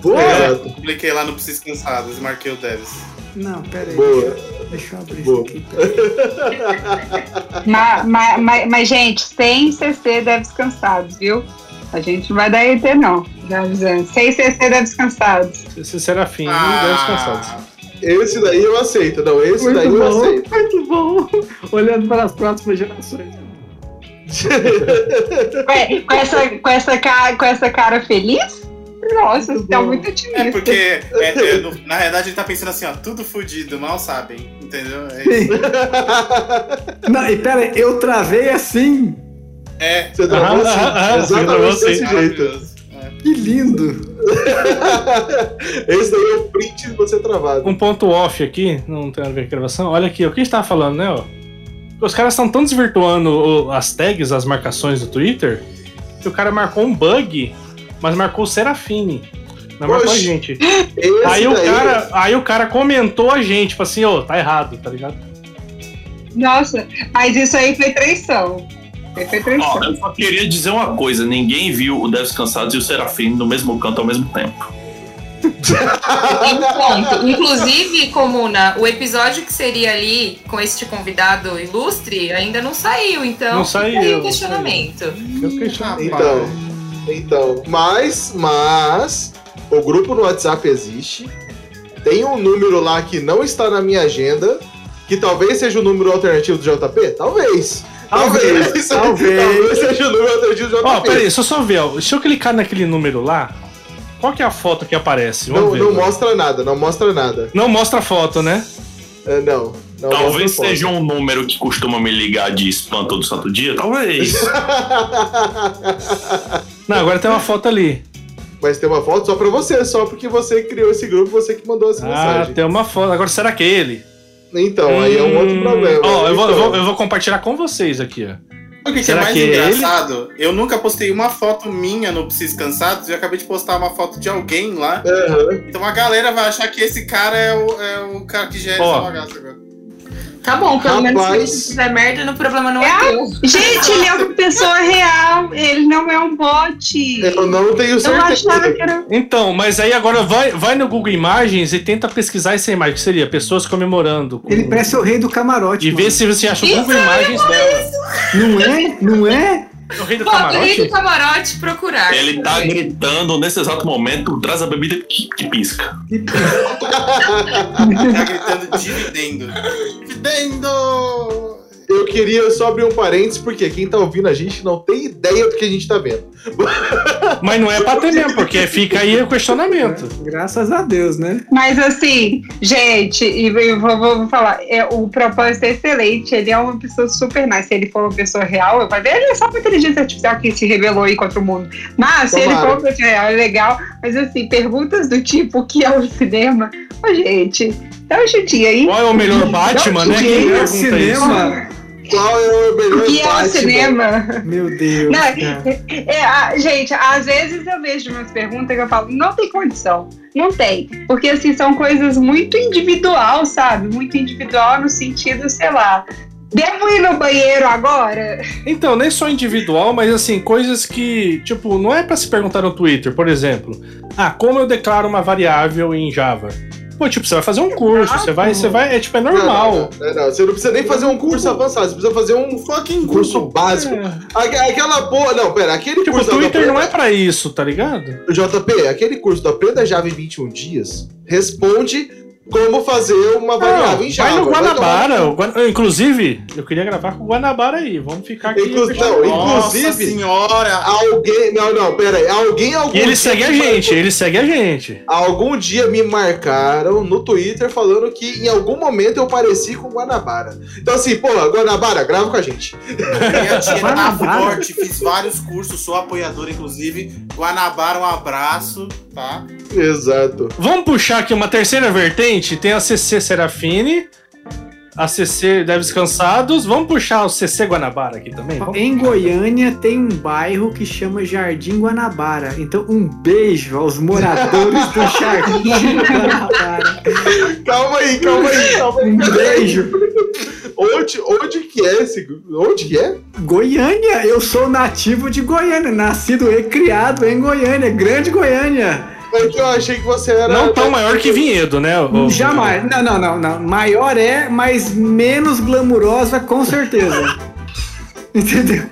S2: Boa,
S3: é.
S4: Eu Cliquei lá no Preciso Cansados e marquei o Devis.
S1: não, pera aí.
S2: boa.
S1: Deixa eu abrir
S2: Boa.
S1: isso aqui. peraí.
S8: Ma- ma- ma- Mas, gente, sem CC deve cansados, viu? A gente não vai dar ET, não. Já avisando. Sem CC deve cansados.
S3: Esse Serafim, ah. Deus cansados.
S2: Esse daí eu aceito. Não, esse
S1: Muito
S2: daí eu aceito.
S1: bom, muito bom. Olhando para as próximas gerações.
S8: Com, com essa, com, essa cara, com essa cara feliz? Nossa, você tá
S1: bom.
S8: muito
S4: É
S8: otimista.
S4: porque, é, é, no- na realidade, ele tá pensando assim, ó, tudo fudido, mal sabem, entendeu? É, isso.
S1: Não, e pera aí, eu travei assim.
S4: é
S2: Você travou
S3: Aham, aham, aham,
S2: assim, exatamente
S3: você
S2: desse jeito.
S4: maravilhoso. É.
S1: Que lindo.
S2: Esse daí é o print de você travado.
S3: Um ponto off aqui, não tem a ver com a gravação. Olha aqui, o que a gente tava falando, né, ó? Os caras estão tão desvirtuando o- as tags, as marcações do Twitter, que o cara marcou um bug, mas marcou o Serafine. Não marcou a
S2: Oxi.
S3: gente.
S2: Esse
S3: Aí o,
S2: daí-
S3: cara, aí o cara comentou a gente, tipo assim, ô, tá errado, tá ligado?
S8: Nossa, mas isso aí foi traição. Isso Foi traição.
S5: Ó, eu só queria dizer uma coisa: ninguém viu o Devs Cansados e o Serafim no mesmo canto ao mesmo tempo.
S9: Tem um ponto. Inclusive, Comuna, o episódio que seria ali com este convidado ilustre ainda não saiu, então
S3: Não saiu,
S9: fica aí o
S3: não
S9: questionamento.
S2: Hum.
S3: Eu fiquei chateado.
S2: Então, então, mas, mas o grupo no WhatsApp existe. Tem um número lá que não está na minha agenda, que talvez seja o número alternativo do JP? Talvez.
S1: Talvez, talvez.
S2: Talvez seja o número alternativo do JP.
S3: Ó, peraí, deixa eu só ver, ó. Deixa eu clicar naquele número lá. Qual que é a foto que aparece? Vamos
S2: não,
S3: ver.
S2: não mostra nada, não mostra nada.
S3: Não mostra a foto, né?
S2: É, não. não
S5: Talvez
S2: mostra
S5: seja um número que costuma me ligar de spam todo santo dia. Talvez.
S3: Não, agora tem uma foto ali.
S2: Mas tem uma foto só pra você, só porque você criou esse grupo, você que mandou essa
S3: Ah,
S2: mensagem.
S3: tem uma foto. Agora será que é ele?
S2: Então, aí é um outro
S3: Hum,
S2: problema.
S3: Ó, eu vou, eu
S2: Então,
S3: vou- eu vou compartilhar com vocês aqui, ó.
S4: O que, que é
S3: Será
S4: mais
S3: que é
S4: engraçado? Eu nunca postei uma foto minha no Preciso Cansados e eu acabei de postar uma foto de alguém lá.
S2: é,
S4: Então a galera vai achar que esse cara é o, é o cara que gera
S3: Ó.
S4: essa bagaça agora.
S9: Tá bom, pelo menos se a
S2: Rapaz.
S9: gente fizer merda, o problema não é,
S8: É,
S9: teu.
S8: Gente, ele é uma pessoa real. Ele não é um bot.
S2: Eu não tenho
S8: Eu
S2: certeza.
S8: achava que era.
S3: Então, mas aí agora vai, vai no Google Imagens e tenta pesquisar essa imagem, que seria pessoas comemorando. com-
S1: Ele parece o rei do camarote.
S3: E
S1: mano.
S3: vê se você acha o
S9: Isso, é
S3: Google Imagens dela.
S1: Não é? Não é?
S3: O rei do
S9: Foto rei
S3: camarote?
S9: do camarote procurar.
S5: Ele tá
S7: É.
S5: gritando nesse exato momento, traz a bebida que, que pisca.
S4: Tá gritando dividendo. Dividendo!
S2: Eu queria só abrir um parênteses, porque quem tá ouvindo a gente não tem ideia do que a gente tá vendo.
S3: Mas não é pra ter mesmo, porque fica aí o questionamento.
S1: Graças a Deus, né?
S8: Mas assim, gente, e eu vou, vou- vou falar, é, o propósito é excelente, ele é uma pessoa super nice. Se ele for uma pessoa real, eu falei, ele é só uma inteligência artificial que se revelou aí contra o mundo. Mas se ele
S2: Tomara.
S8: for uma pessoa real, é legal. Mas assim, perguntas do tipo, o que é o cinema? Ô, gente, dá um jeitinho aí.
S3: Qual é o melhor Batman, né? Quem
S1: Quem é o
S3: pergunta isso? né?
S1: cinema?
S2: Qual é o melhor
S8: O que é o
S2: Batman?
S8: cinema?
S1: Meu Deus.
S8: Não,
S1: cara.
S8: É, a- gente, às vezes eu vejo umas perguntas que eu falo, não tem condição, não tem. Porque assim, são coisas muito individual, sabe? Muito individual no sentido, sei lá, devo ir no banheiro agora?
S3: Então, nem só individual, mas assim, coisas que, tipo, não é pra se perguntar no Twitter, por exemplo. Ah, como eu declaro uma variável em Java? Pô, tipo, você vai fazer um curso, você vai, você vai, é tipo, é
S2: Não, não,
S3: normal.
S2: Não, não, não. Você não precisa nem fazer um curso avançado, você precisa fazer um fucking curso básico.
S3: É.
S2: Aque- Aquela porra. Não, pera, aquele
S3: Tipo, o
S2: Ah, curso. da
S3: Twitter
S2: Preda-
S3: não é pra isso, tá ligado?
S2: JP, aquele curso da Preda Java em 21 dias um responde como fazer uma variável em Java.
S3: Vai no
S2: Vai
S3: Guanabara. o Guan- Inclusive, eu queria gravar com o Guanabara aí. Vamos ficar aqui.
S2: Inclu-
S3: fechado.
S2: não, inclusive-
S4: Nossa senhora!
S2: Alguém. Não, não, pera aí. Alguém algum tipo
S3: E ele
S2: dia
S3: segue a
S2: me mar-
S3: gente, ele segue a gente.
S2: Algum dia me marcaram no Twitter falando que em algum momento eu pareci com o Guanabara. Então, assim, pô, Guanabara, grava com a gente.
S4: Eu na
S1: Guanabara?
S4: tá forte, fiz vários cursos, sou apoiador, inclusive. Guanabara, um abraço, tá?
S2: Exato.
S3: Vamos puxar aqui uma terceira vertente. Tem a CC Serafine, a CC Deves Cansados. Vamos puxar o CC Guanabara aqui também? Vamos.
S1: Em Goiânia tem um bairro que chama Jardim Guanabara. Então, um beijo aos moradores do Jardim Guanabara.
S2: Calma aí, calma aí, calma aí.
S1: Um beijo.
S2: Onde, onde que é esse? Onde que é?
S1: Goiânia, eu sou nativo de Goiânia, nascido e criado em Goiânia, grande Goiânia.
S2: É que eu achei que você era. né,
S3: Não tão maior que Vinhedo, né? ô-
S1: Jamais. Não, não, não, não. Maior é, mas menos glamurosa, com certeza. Entendeu?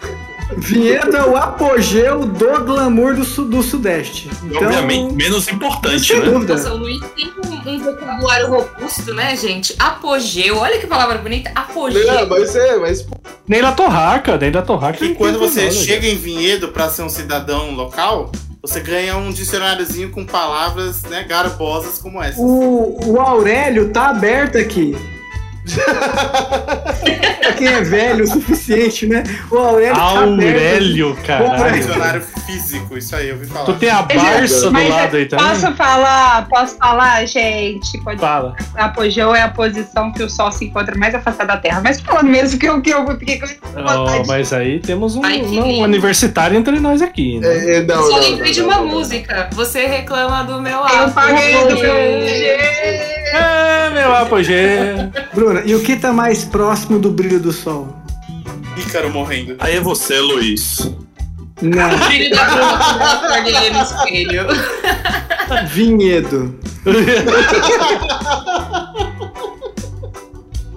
S1: Vinhedo é o apogeu do glamour do, su- do Sudeste.
S5: E,
S1: Então,
S5: Obviamente, menos importante,
S1: sem
S5: né?
S1: dúvida.
S9: Nossa, o Luiz tem um, um vocabulário robusto, né, gente? Apogeu. Olha que palavra bonita. Apogeu.
S2: Não, mas é, mas pô,
S3: Nem La Torraca, nem La Torraca.
S4: Que
S3: não
S4: quando
S3: entendo
S4: você
S3: nada, gente.
S4: chega em Vinhedo pra ser um cidadão local, você ganha um dicionáriozinho com palavras né, garbosas como essa.
S1: O, o Aurélio tá aberto aqui. pra quem é velho o suficiente, né? O Aurélio,
S3: Aurélio,
S1: Vamos pra
S3: caralho.
S4: Dicionário físico, isso aí, eu ouvi falar.
S3: Tu tem a
S9: é-
S3: Barça do
S8: Mas eu
S3: lado aí também?
S8: posso falar, posso falar, gente? Pode
S1: Tá.
S3: Fala.
S8: Apogeu é a posição que o Sol se encontra mais afastada da Terra. Mas falando mesmo que eu, que eu fiquei com vontade.
S3: Ó, mas aí temos um,
S9: Ai, que
S3: um
S9: lindo.
S3: universitário entre nós aqui, né?
S2: é, é, não,
S9: Só
S2: não,
S9: lembrei
S2: não,
S9: de
S2: não,
S9: uma
S2: não, não.
S9: música. Você reclama do meu
S8: Eu
S9: apogeu.
S8: paguei do meu jeito.
S3: É, meu apogeu.
S1: Bruna, e o que tá mais próximo do brilho do sol?
S4: Ícaro morrendo.
S5: Aí é você, Luiz.
S1: Não,
S9: O filho da né? Bruna com uma cordilha no espelho.
S1: vinhedo.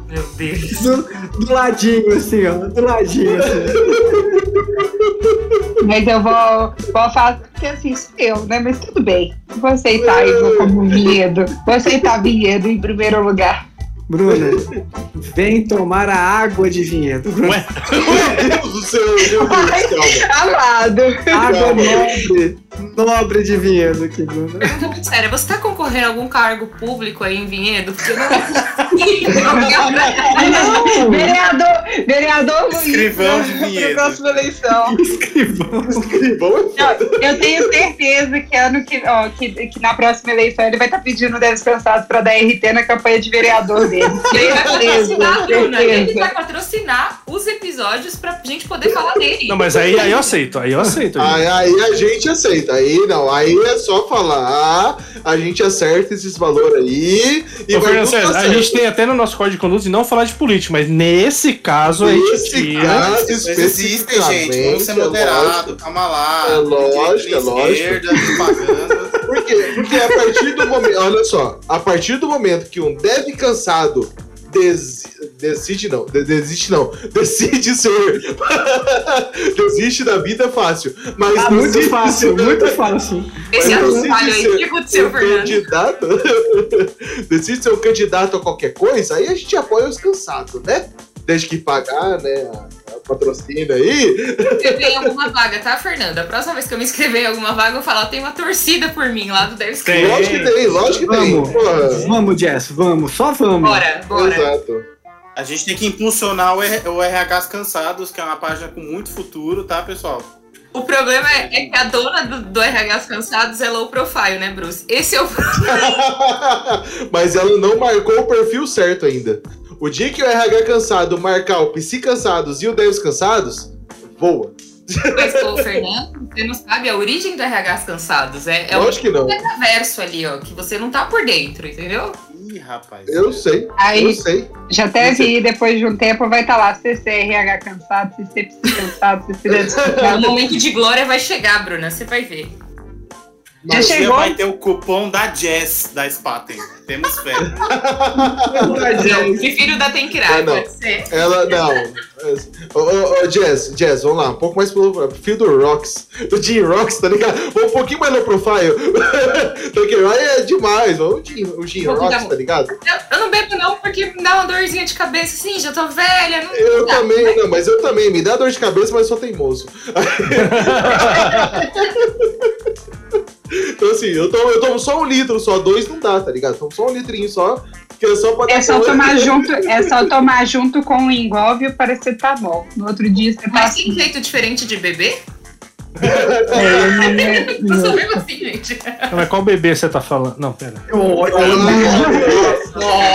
S9: Meu Deus.
S1: Do, do ladinho, assim, ó. Do ladinho, assim.
S8: Mas eu vou, vou falar porque assim sou eu, né? Mas tudo bem. tá Vou aceitar isso como vinhedo. Vou aceitar vinhedo tá em primeiro lugar.
S1: Bruna, vem tomar a água de vinhedo. Bruna,
S2: Meu Deus do céu, meu Deus, calma.
S8: Amado.
S1: água
S2: calma.
S1: nobre. Nobre de vinhedo aqui, Bruna.
S9: Pergunta muito séria. Você tá concorrendo a algum cargo público aí em Vinhedo? Porque eu não é consigo.
S8: Não, vereador, vereador Luiz.
S4: Escrivão
S8: né?
S4: de
S8: Pra
S4: Vinhedo.
S8: próxima eleição.
S2: Bom,
S8: Não, eu tenho certeza que ano que, ó, que, que na próxima eleição ele vai estar pedindo 10 cansados pra dar RT na campanha de vereador dele.
S9: Ele vai patrocinar a Bruna. Ele
S8: certeza.
S9: vai patrocinar os episódios pra gente poder falar dele.
S3: Não, mas aí, aí eu aceito, aí eu aceito. gente.
S2: Aí, aí a gente aceita, aí não, aí é só falar, a gente acerta esses valores aí e
S3: Ô,
S2: vai
S3: Fernando
S2: tudo dar
S3: César, a
S2: certo.
S3: gente tem até no nosso código de conduta de não falar de política, mas nesse caso a gente
S2: Nesse
S3: tira.
S2: caso,
S4: Mas Existem, gente. Vamos ser
S2: especificamente,
S4: moderado. Calma lá.
S2: É lógico,
S4: Direita,
S2: é lógico.
S4: Esquerda, propaganda.
S2: Por quê? Porque é a partir do momento. Olha só, a partir do momento que um dev cansado des- decide não, de- desiste não, decide ser. desiste da vida fácil. Mas
S1: Tá
S2: decide
S1: muito fácil,
S2: ser-
S1: muito fácil.
S9: Esse
S2: Mas
S3: então,
S9: atrapalho
S2: decide
S9: aí. O que
S2: ser-
S9: aconteceu,
S2: ser
S9: Fernando?
S2: candidato. decide ser um candidato a qualquer coisa, aí a gente apoia os cansados, né? Desde que pagar, né? A, a patrocina aí.
S9: Eu tenho alguma vaga, tá, Fernanda? A próxima vez que eu me inscrever em alguma vaga, eu falar, tem uma torcida por mim lá do Deves
S3: Tem.
S2: Lógico que tem, lógico que
S1: Vamos.
S2: tem. Porra.
S1: Vamos, Jess, vamos. Só vamos.
S9: Bora, bora.
S2: Exato.
S4: A gente tem que impulsionar o, R- o RHs Cansados, que é uma página com muito futuro, tá, pessoal?
S9: O problema é, é que a dona do, do RH Cansados é low profile, né, Bruce? Esse é o
S2: Mas ela não marcou o perfil certo ainda. O dia que o RH cansado marcar o PC cansados e o 10 cansados, voa.
S9: Mas, ô, Fernando, você não sabe a origem do RH Cansados. É, é um
S2: Lógico que não.
S9: universo ali, ó, que você não tá por dentro, entendeu?
S4: Ih, rapaz.
S2: Eu sei, eu
S8: Aí
S2: sei.
S8: já teve ir depois de um tempo, vai estar lá CCRH cansado, CC cansado, CC
S9: O
S8: cansado.
S9: momento de glória vai chegar, Bruna, você vai ver.
S8: Já
S4: Você
S8: chegou?
S4: vai ter o cupom da Jazz da Spaten. Temos fé.
S9: Não, prefiro da Tenkirai,
S2: Ah, não.
S9: pode ser.
S2: Ela, não. Ô, ô, ô, Jazz, Jazz, vamos lá. Um pouco mais pelo filho do Rocks. Do Jim Rocks, tá ligado? Vamos um pouquinho mais no profile. Porque vai é demais. Vamos o Jim, o Jim
S9: Um pouquinho
S2: Rocks,
S9: da-
S2: tá ligado?
S9: Eu, eu não bebo não porque me dá uma dorzinha de cabeça, assim, já tô velha. Não
S2: Eu
S8: Tá.
S9: dá.
S2: também, não, mas eu também. Me dá dor de cabeça, mas sou teimoso. então, assim, eu tomo, eu tomo só um litro, só dois não dá, tá ligado? Eu Tomo só um litrinho só. Que é só pra
S8: É
S2: dar
S8: só
S2: aquela-
S8: tomar junto, é só tomar junto com o engolve para você tá bom. No outro dia você tá
S9: Mas tem
S8: assim.
S9: jeito diferente de beber?
S8: É,
S9: Eu sou mesmo assim, gente.
S3: Mas qual bebê você tá falando? Não, pera.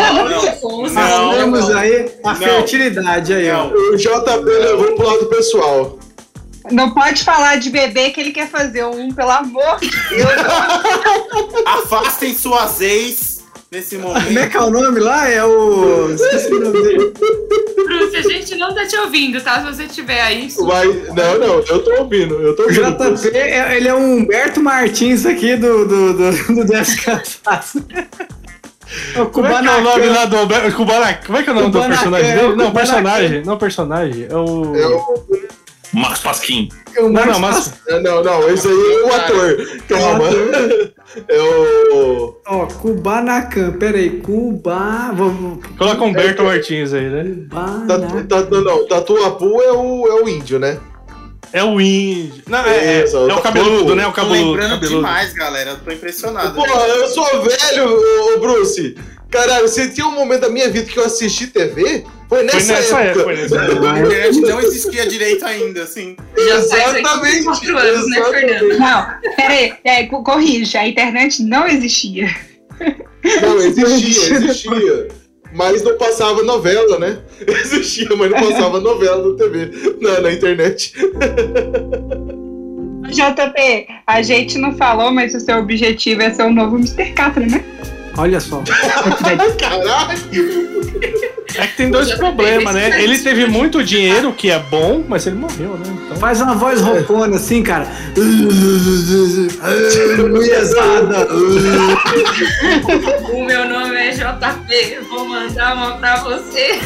S4: Não,
S1: Passamos aí a
S4: Não.
S1: fertilidade aí, ó.
S4: Não.
S2: O JP levou pro lado pessoal.
S8: Não pode falar de bebê que ele quer fazer um, pelo amor de
S4: Afastem suas ex nesse
S1: Como é
S4: momento.
S1: que é o nome lá? É o. Esqueci o nome dele.
S9: Bruce, a gente não tá te ouvindo, tá? Se você tiver aí. su-
S2: Mas, não, não, eu tô ouvindo, eu tô
S1: O
S2: ouvindo.
S1: JP, é- ele é o Humberto Martins aqui do, do, do, do Death Cansado. É o
S3: Como é que é o nome lá do Alberto? Kubanacan. Como é que é o nome do
S1: Kubanacan.
S3: personagem dele? Não,
S1: Kubanacan.
S3: personagem. Não, personagem. É o.
S2: É o-
S5: Max Pasquim.
S1: É o
S3: Não,
S1: Marcos
S3: não, mas.
S2: Não, não, esse aí é o ator. Calma. É o.
S1: Ó, Kubanacan, peraí, Cuba. vou- vou-
S3: Coloca Humberto Martins aí, né?
S2: Tatu,
S1: Kubanacan.
S2: tatu, não, Tatuapu é o, é o índio, né?
S3: É o índio. Não, é, é,
S2: Isso,
S3: é o cabeludo, né? O
S4: Tô
S3: cabeludo.
S4: lembrando
S3: cabeludo.
S4: demais, galera. Eu tô impressionado.
S2: Pô, eu sou velho, ô, ô, Bruce. Caralho, se tinha um momento da minha vida que eu assisti TV, foi nessa,
S3: Foi nessa época.
S2: época.
S3: Foi nessa época.
S4: A internet não existia direito ainda, assim.
S9: Já faz aí uns quatro anos, né, Fernando?
S8: Não, peraí, é, co- corrija, a internet não existia.
S2: Não, existia, existia. Mas não passava novela, né? Existia, mas não passava novela na TV, na, na internet.
S8: JP, a gente não falou, mas o seu objetivo é ser o novo Mr. Catra, né?
S1: Olha só.
S2: Caralho!
S3: É que tem dois
S9: Já
S3: problemas, né?
S9: teve esse
S3: Ele teve muito dinheiro, que é bom, mas ele morreu, né? Então.
S1: Faz uma voz roncona assim, cara. Mulherzada.
S9: O meu nome é JP, eu vou mandar uma pra você.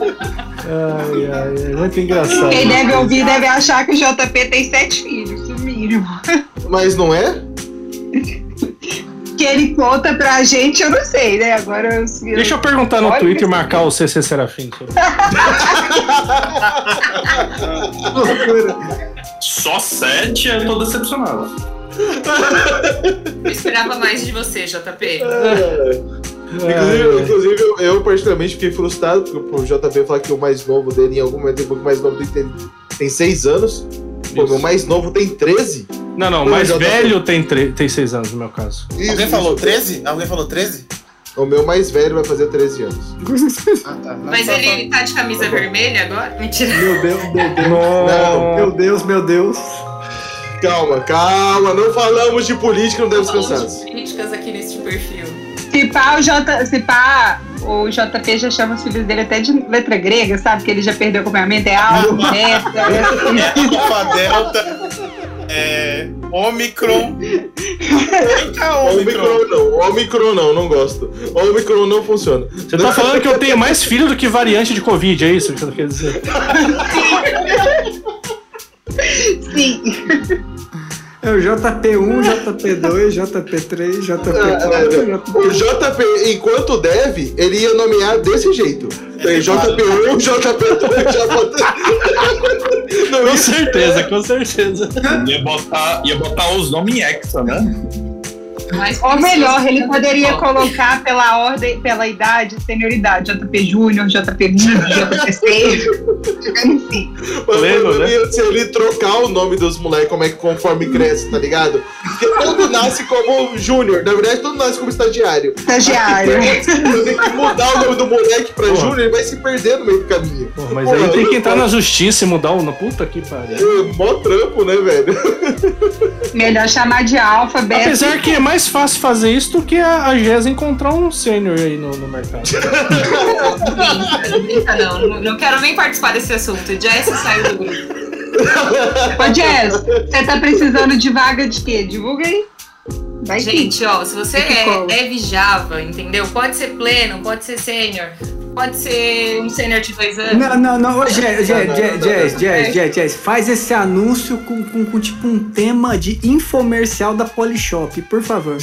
S3: Ai, ai, é muito engraçado.
S8: Quem deve ouvir deve achar que o JP tem sete filhos, no mínimo.
S2: Mas não é?
S8: Que ele conta pra gente, eu não sei, né? Agora eu.
S3: Deixa eu perguntar no
S8: Olha
S3: Twitter
S8: esse-
S3: e marcar o CC Serafim. sobre-
S5: Só sete, eu tô decepcionado.
S9: Eu esperava mais de você, JP.
S2: Inclusive, inclusive, eu, eu particularmente fiquei frustrado por, por JB falar que o mais novo dele, em algum momento, o mais novo dele tem, tem 6 anos. Pô,
S3: Isso.
S2: meu mais novo tem 13?
S3: Não, não,
S2: Não,
S3: mais
S2: já tá-
S3: velho tem, tre- tem seis anos, no meu caso.
S4: Alguém falou 13? Alguém falou 13?
S2: O meu mais velho vai fazer 13 anos.
S4: Ah, tá. Não,
S9: Mas
S4: tá,
S9: ele tá de camisa vermelha agora? Mentira.
S1: Meu Deus, meu Deus. Meu
S3: Não,
S1: Deus, meu Deus.
S2: Calma, calma, não falamos de política, não deve
S9: Falamos
S2: cansar.
S9: de críticas aqui neste perfil.
S8: Se pá, o, J... Se pá, o JP já chama os filhos dele até de letra grega, sabe? Que ele já perdeu o acompanhamento, é algo,
S4: tá.
S8: beta.
S4: É Alfa Delta. É. Omicron. Eita, Omicron.
S2: Omicron não, Omicron não, não gosto. Omicron não funciona.
S3: Você tá falando que eu tenho mais filho do que variante de Covid, é isso que você quer dizer?
S8: Sim.
S1: É o JP1, JP2, JP3, JP4,
S2: O JP, enquanto deve, ele ia nomear desse jeito. Tem JP1, JP2, JP3. Não
S3: Com
S2: ia
S3: certeza, com certeza.
S5: Ia botar, ia botar os nomes em hexa, né?
S9: Mas
S8: Ou melhor, ele poderia
S9: Ó,
S8: colocar pela ordem, pela idade, senioridade, JP Júnior, JP Mini, JP Sênior. Enfim.
S2: Mas
S3: Lembra,
S2: o problema
S3: né?
S2: ia ser ele trocar o nome dos moleques, como é que conforme cresce, tá ligado? Porque todo nasce como Júnior. Na verdade, todo nasce como estagiário.
S1: É.
S8: Estagiário.
S2: Eu tenho que mudar o nome do moleque pra
S3: Porra.
S2: Júnior, ele vai se perder no meio do caminho.
S3: Pô, mas aí tem que entrar na justiça e mudar o. na Puta que pariu.
S2: É, Mó trampo, né, velho?
S8: Melhor chamar de alfa, beta.
S3: Apesar que é mais mais fácil fazer isso do que a, a Jéssica encontrar um sênior aí no, no mercado.
S9: Brinca, não brinca, não. Não- Não quero nem participar desse assunto. Jess saiu do grupo.
S8: Ô, Jess, você tá precisando de vaga de quê? Divulga aí. Vai que-
S9: Gente, ó, se você
S8: Vai que cola.
S9: é, é Java, entendeu? Pode ser pleno, pode ser sênior, pode ser um sênior de dois anos.
S1: Não, não, não. Ô, Jazz,
S2: Não, não,
S1: Jazz,
S2: não,
S1: Jazz, Jazz,
S9: não.
S1: Jazz, Jazz, Jazz. Faz esse anúncio com, com, com, tipo um tema de infomercial da Polishop, por favor.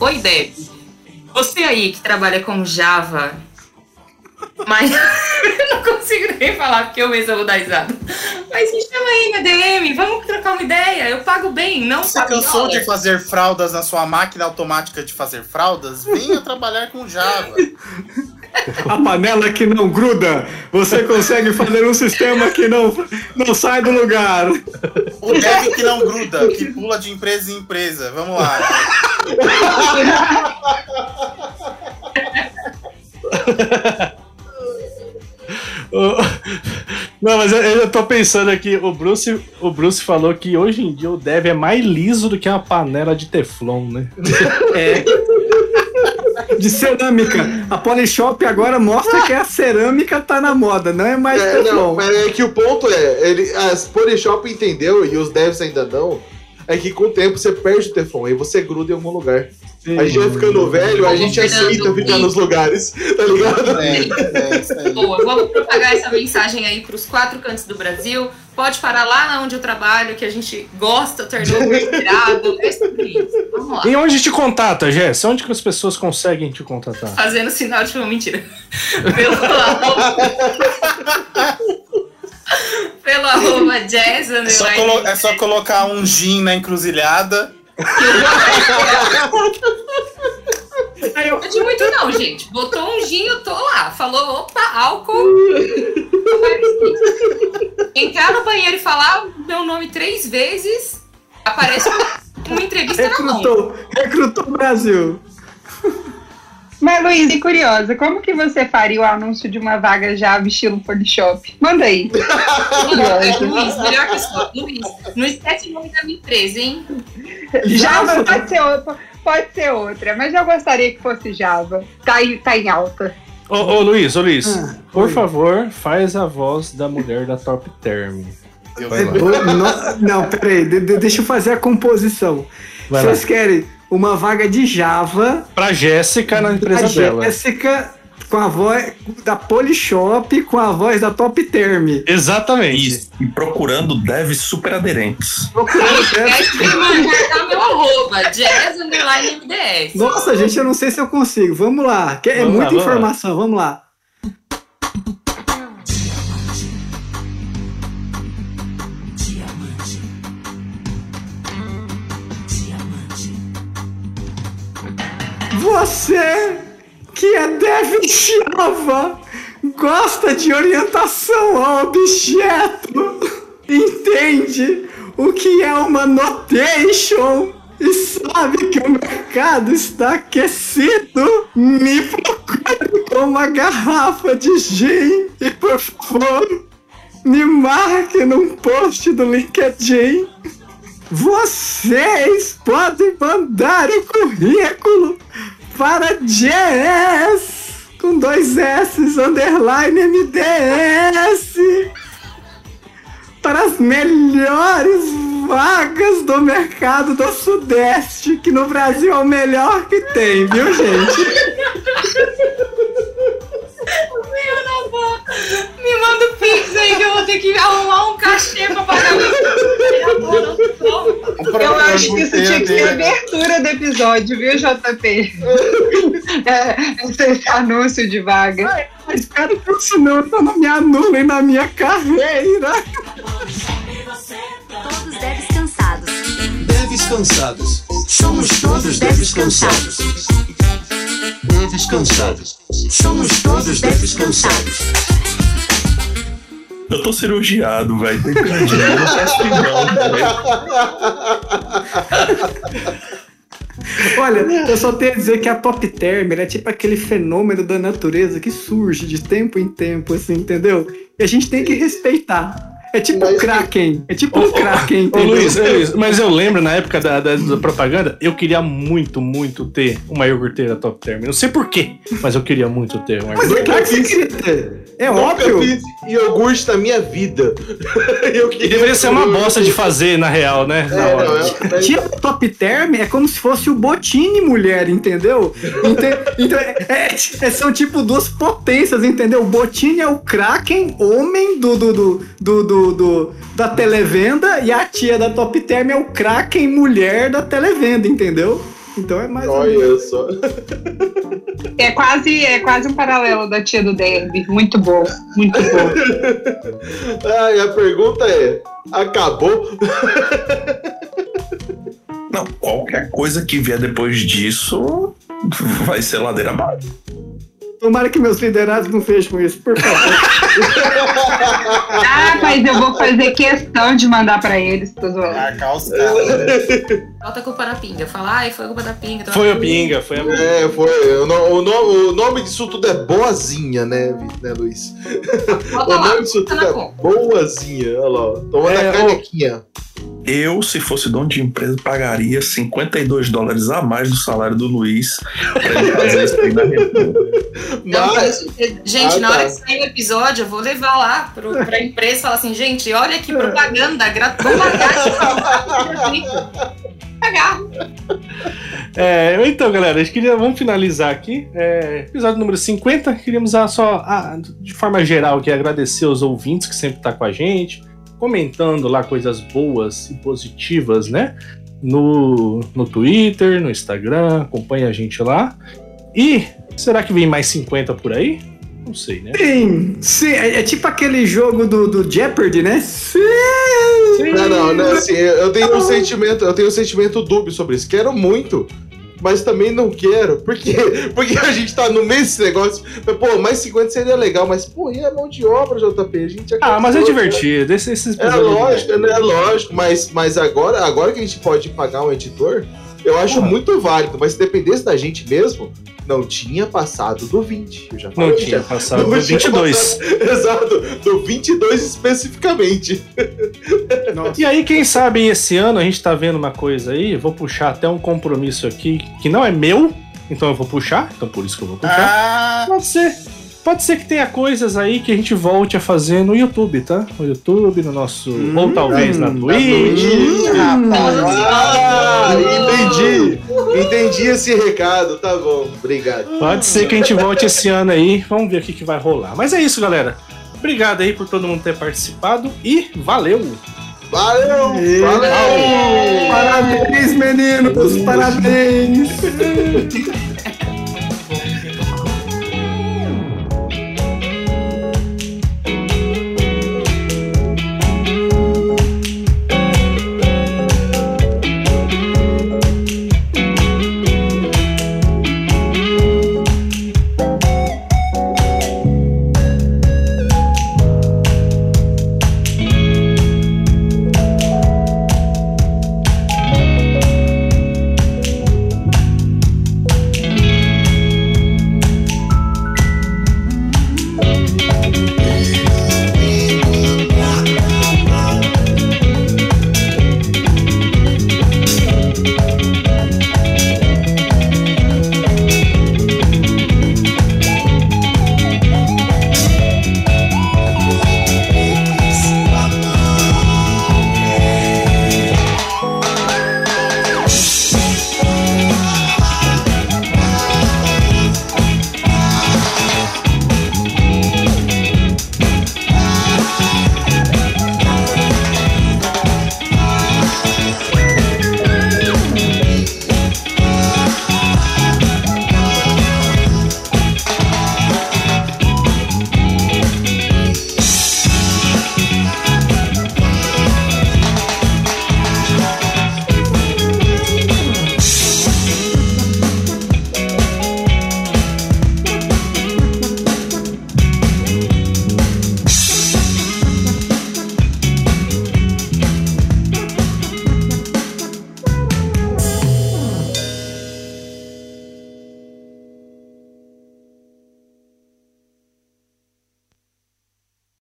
S9: Oi, Deb. Você aí que trabalha com Java, mas eu não consigo nem falar porque eu mesmo vou dar risada. Mas me chama aí na DM, vamos trocar uma ideia. Eu pago bem, não
S4: Você
S9: sabe
S4: cansou
S9: dólar.
S4: de fazer fraldas na sua máquina automática de fazer fraldas? Venha trabalhar com Java.
S1: A panela que não gruda. Você consegue fazer um sistema que não, não sai do lugar.
S4: O dev que não gruda, que pula de empresa em empresa. Vamos lá.
S3: Ô, Não, mas eu, eu tô pensando aqui, o Bruce, o Bruce falou que hoje em dia o Dev é mais liso do que uma panela de Teflon, né?
S1: De cerâmica. A Polishop agora mostra que a cerâmica tá na moda, não é mais
S2: É, não,
S1: teflon.
S2: mas é que o ponto é, ele, as Polishop entendeu e os devs ainda não, é que com o tempo você perde o Teflon e você gruda em algum lugar. A gente vai ficando velho, a gente aceita ficar nos lugares, tá ligado?
S4: É, é isso aí.
S9: Boa, vamos propagar essa mensagem aí para os quatro cantos do Brasil. Pode parar lá onde eu trabalho, que a gente gosta, tornou inspirado. É sobre isso. Vamos
S1: Ah.
S9: lá.
S3: E onde te contata, Jess? Onde que as pessoas conseguem te contatar?
S9: Fazendo sinal de uma mentira. Pelo arroba. Pelo arroba jazz,
S4: É só,
S9: underline,
S4: colo- é só colocar um gin na encruzilhada.
S9: Não é de muito não, gente. Botou um gin, eu tô lá. Falou, opa, álcool. Entrar no banheiro e falar meu nome três vezes, aparece uma entrevista na mão.
S1: Recrutou, recrutou o Brasil.
S8: Mas, Luiz, e curiosa, como que você faria o anúncio de uma vaga Java estilo Polishop? Manda aí.
S9: Mano, é, Luiz, melhor que só. Luiz, não esquece o nome da minha empresa, hein?
S8: Java pode ser, outra, pode ser outra, mas eu gostaria que fosse Java. Tá, em- tá em alta.
S3: Ô, ô Luiz, ô Luiz,
S1: Ah,
S3: por
S1: oi.
S3: favor, faz a voz da mulher da Top Term.
S4: Deus
S2: Vai lá.
S4: me livre.
S1: Não, não, peraí, de- de- deixa eu fazer a composição.
S3: Vai lá.
S1: Vocês querem uma vaga de Java
S3: Pra Jéssica na
S1: a
S3: empresa dela.
S1: Jéssica com a voz da Polishop com a voz da Top Term.
S3: Exatamente.
S5: Isso. E procurando devs super aderentes.
S9: Esquece de mandar meu arroba, jazz underline MDS.
S1: Nossa, gente, eu não sei se eu consigo. Vamos lá. que É
S3: Vamos lá,
S1: muita
S3: vamos lá.
S1: informação, vamos lá. Você que é dev Java gosta de orientação ao objeto, entende o que é uma notation e sabe que o mercado está aquecido, me procure com uma garrafa de gin e por favor me marque num post do LinkedIn. Vocês podem mandar o currículo para JS com dois S underline MDS para as melhores vagas do mercado do Sudeste, que no Brasil é o melhor que tem, viu, gente?
S9: Meu não vou. é, Me manda o Pix aí que eu vou ter que arrumar um cachê pra pagar meu. Eu vou, não tô.
S8: Eu acho que isso tinha que ser a
S4: dele.
S8: abertura do episódio, viu, JP? É, esse, esse anúncio de vaga.
S1: Eu espero que isso não, então não me anulem na minha carreira.
S10: Todos devs cansados.
S7: Devs cansados. Somos todos devs cansados. Devs cansados. Somos todos devs cansados.
S5: Eu tô cirurgiado, velho. Tem que ir adiante, eu não peço não, velho.
S1: Olha, eu só tenho a dizer que a pop term ela é tipo aquele fenômeno da natureza que surge de tempo em tempo, assim, entendeu? E a gente tem que respeitar. É tipo o Kraken. É tipo o Kraken,
S3: Ô
S1: entendeu?
S3: Luiz, ô, Luiz, mas eu lembro na época da, da- da propaganda, eu queria muito, muito ter uma iogurteira top term. Eu Não sei porquê, mas eu queria muito ter uma
S1: Mas é
S3: iogurteira.
S1: claro que você queria ter. É óbvio.
S2: Nunca fiz iogurte na minha vida. Eu
S3: E
S2: queria-
S3: deveria ser uma bosta de fazer, na real, né?
S2: É,
S3: Na hora.
S2: não, é-
S1: Tipo top term é como se fosse o Botini mulher, entendeu? Ente- então, é, é- é- são tipo duas potências, entendeu? O Botini é o Kraken, homem do, do, do, do, do- do- da televenda, e a tia da top term é o Kraken, mulher da televenda, entendeu? Então é mais ou menos.
S2: Olha só.
S8: É quase, é quase um paralelo da tia do Derby. Muito bom, muito bom.
S2: Ai, a pergunta é: acabou?
S5: Não, qualquer coisa que vier depois disso vai ser ladeira abaixo.
S1: Tomara que meus liderados não vejam isso, por favor.
S8: Ah, mas eu vou fazer questão de mandar pra eles, tô zoando.
S4: Marcar os caras.
S9: Bota a culpa na pinga. Fala, ai, foi a culpa da pinga. então-
S3: Foi o Pinga, foi a
S2: É, foi. O, no- o no- o nome disso tudo é boazinha, né, Vi- né Luiz?
S9: Bota
S2: o nome
S9: lá.
S2: disso
S9: tá
S2: tudo
S9: na
S2: é
S9: conta.
S2: boazinha. Olha lá, ó. tomando
S3: É,
S2: a
S3: ô.
S2: canequinha.
S5: Eu, se fosse dono de empresa, pagaria 52 dólares a mais do salário do Luiz pra ele fazer isso aí na República.
S3: é um
S9: Não,
S2: Mas,
S9: gente, gente,
S2: Ah,
S9: na
S2: tá.
S9: hora que sair o episódio, eu vou levar lá pro, pra empresa e falar assim, gente, olha que propaganda gratuita. Vamos pagar, gente, gratuito. pagar.
S3: É, então, galera, a gente queria, vamos finalizar aqui. É, episódio número 50. Queríamos ah, só, ah, de forma geral, aqui, agradecer aos ouvintes que sempre tá com a gente, comentando lá coisas boas e positivas, né? No, no Twitter, no Instagram, acompanha a gente lá. E será que vem mais 50 por aí? Não sei, né?
S1: Sim, sim, é, é tipo aquele jogo do, do Jeopardy, né? Sim!
S2: Não, não, não, assim, eu eu tenho um sentimento, eu tenho um sentimento dúbio sobre isso. Quero muito, mas também não quero, porque, porque a gente tá no meio desse negócio. Mas, pô, mais 50 seria legal, mas, pô, e a mão de obra, JP? A gente já
S3: Ah, mas é
S2: cansou,
S3: divertido. Esse, esses
S2: É
S3: episódios-
S2: lógico, né? É lógico, mas, mas agora, agora que a gente pode pagar um editor, eu acho muito válido, mas se dependesse da gente mesmo, não tinha passado do 20. Eu já falei
S3: Não
S2: já.
S3: tinha passado
S2: Não
S3: do
S2: tinha
S3: 22.
S2: Exato, do 22 especificamente.
S3: E aí, quem sabe esse ano a gente tá vendo uma coisa aí, vou puxar até um compromisso aqui que não é meu, então eu vou puxar, então por isso que eu vou puxar.
S4: Ah,
S3: Pode ser. Pode ser que tenha coisas aí que a gente volte a fazer no YouTube, tá? No YouTube, no nosso. ou talvez na Twitch.
S2: Hum. Ah, entendi. Entendi esse recado, tá bom. Obrigado.
S3: Pode ser que a gente volte esse ano aí. Vamos ver o que, que vai rolar. Mas é isso, galera. Obrigado aí por todo mundo ter participado e valeu!
S2: Valeu! Valeu!
S1: Parabéns, meninos! Parabéns!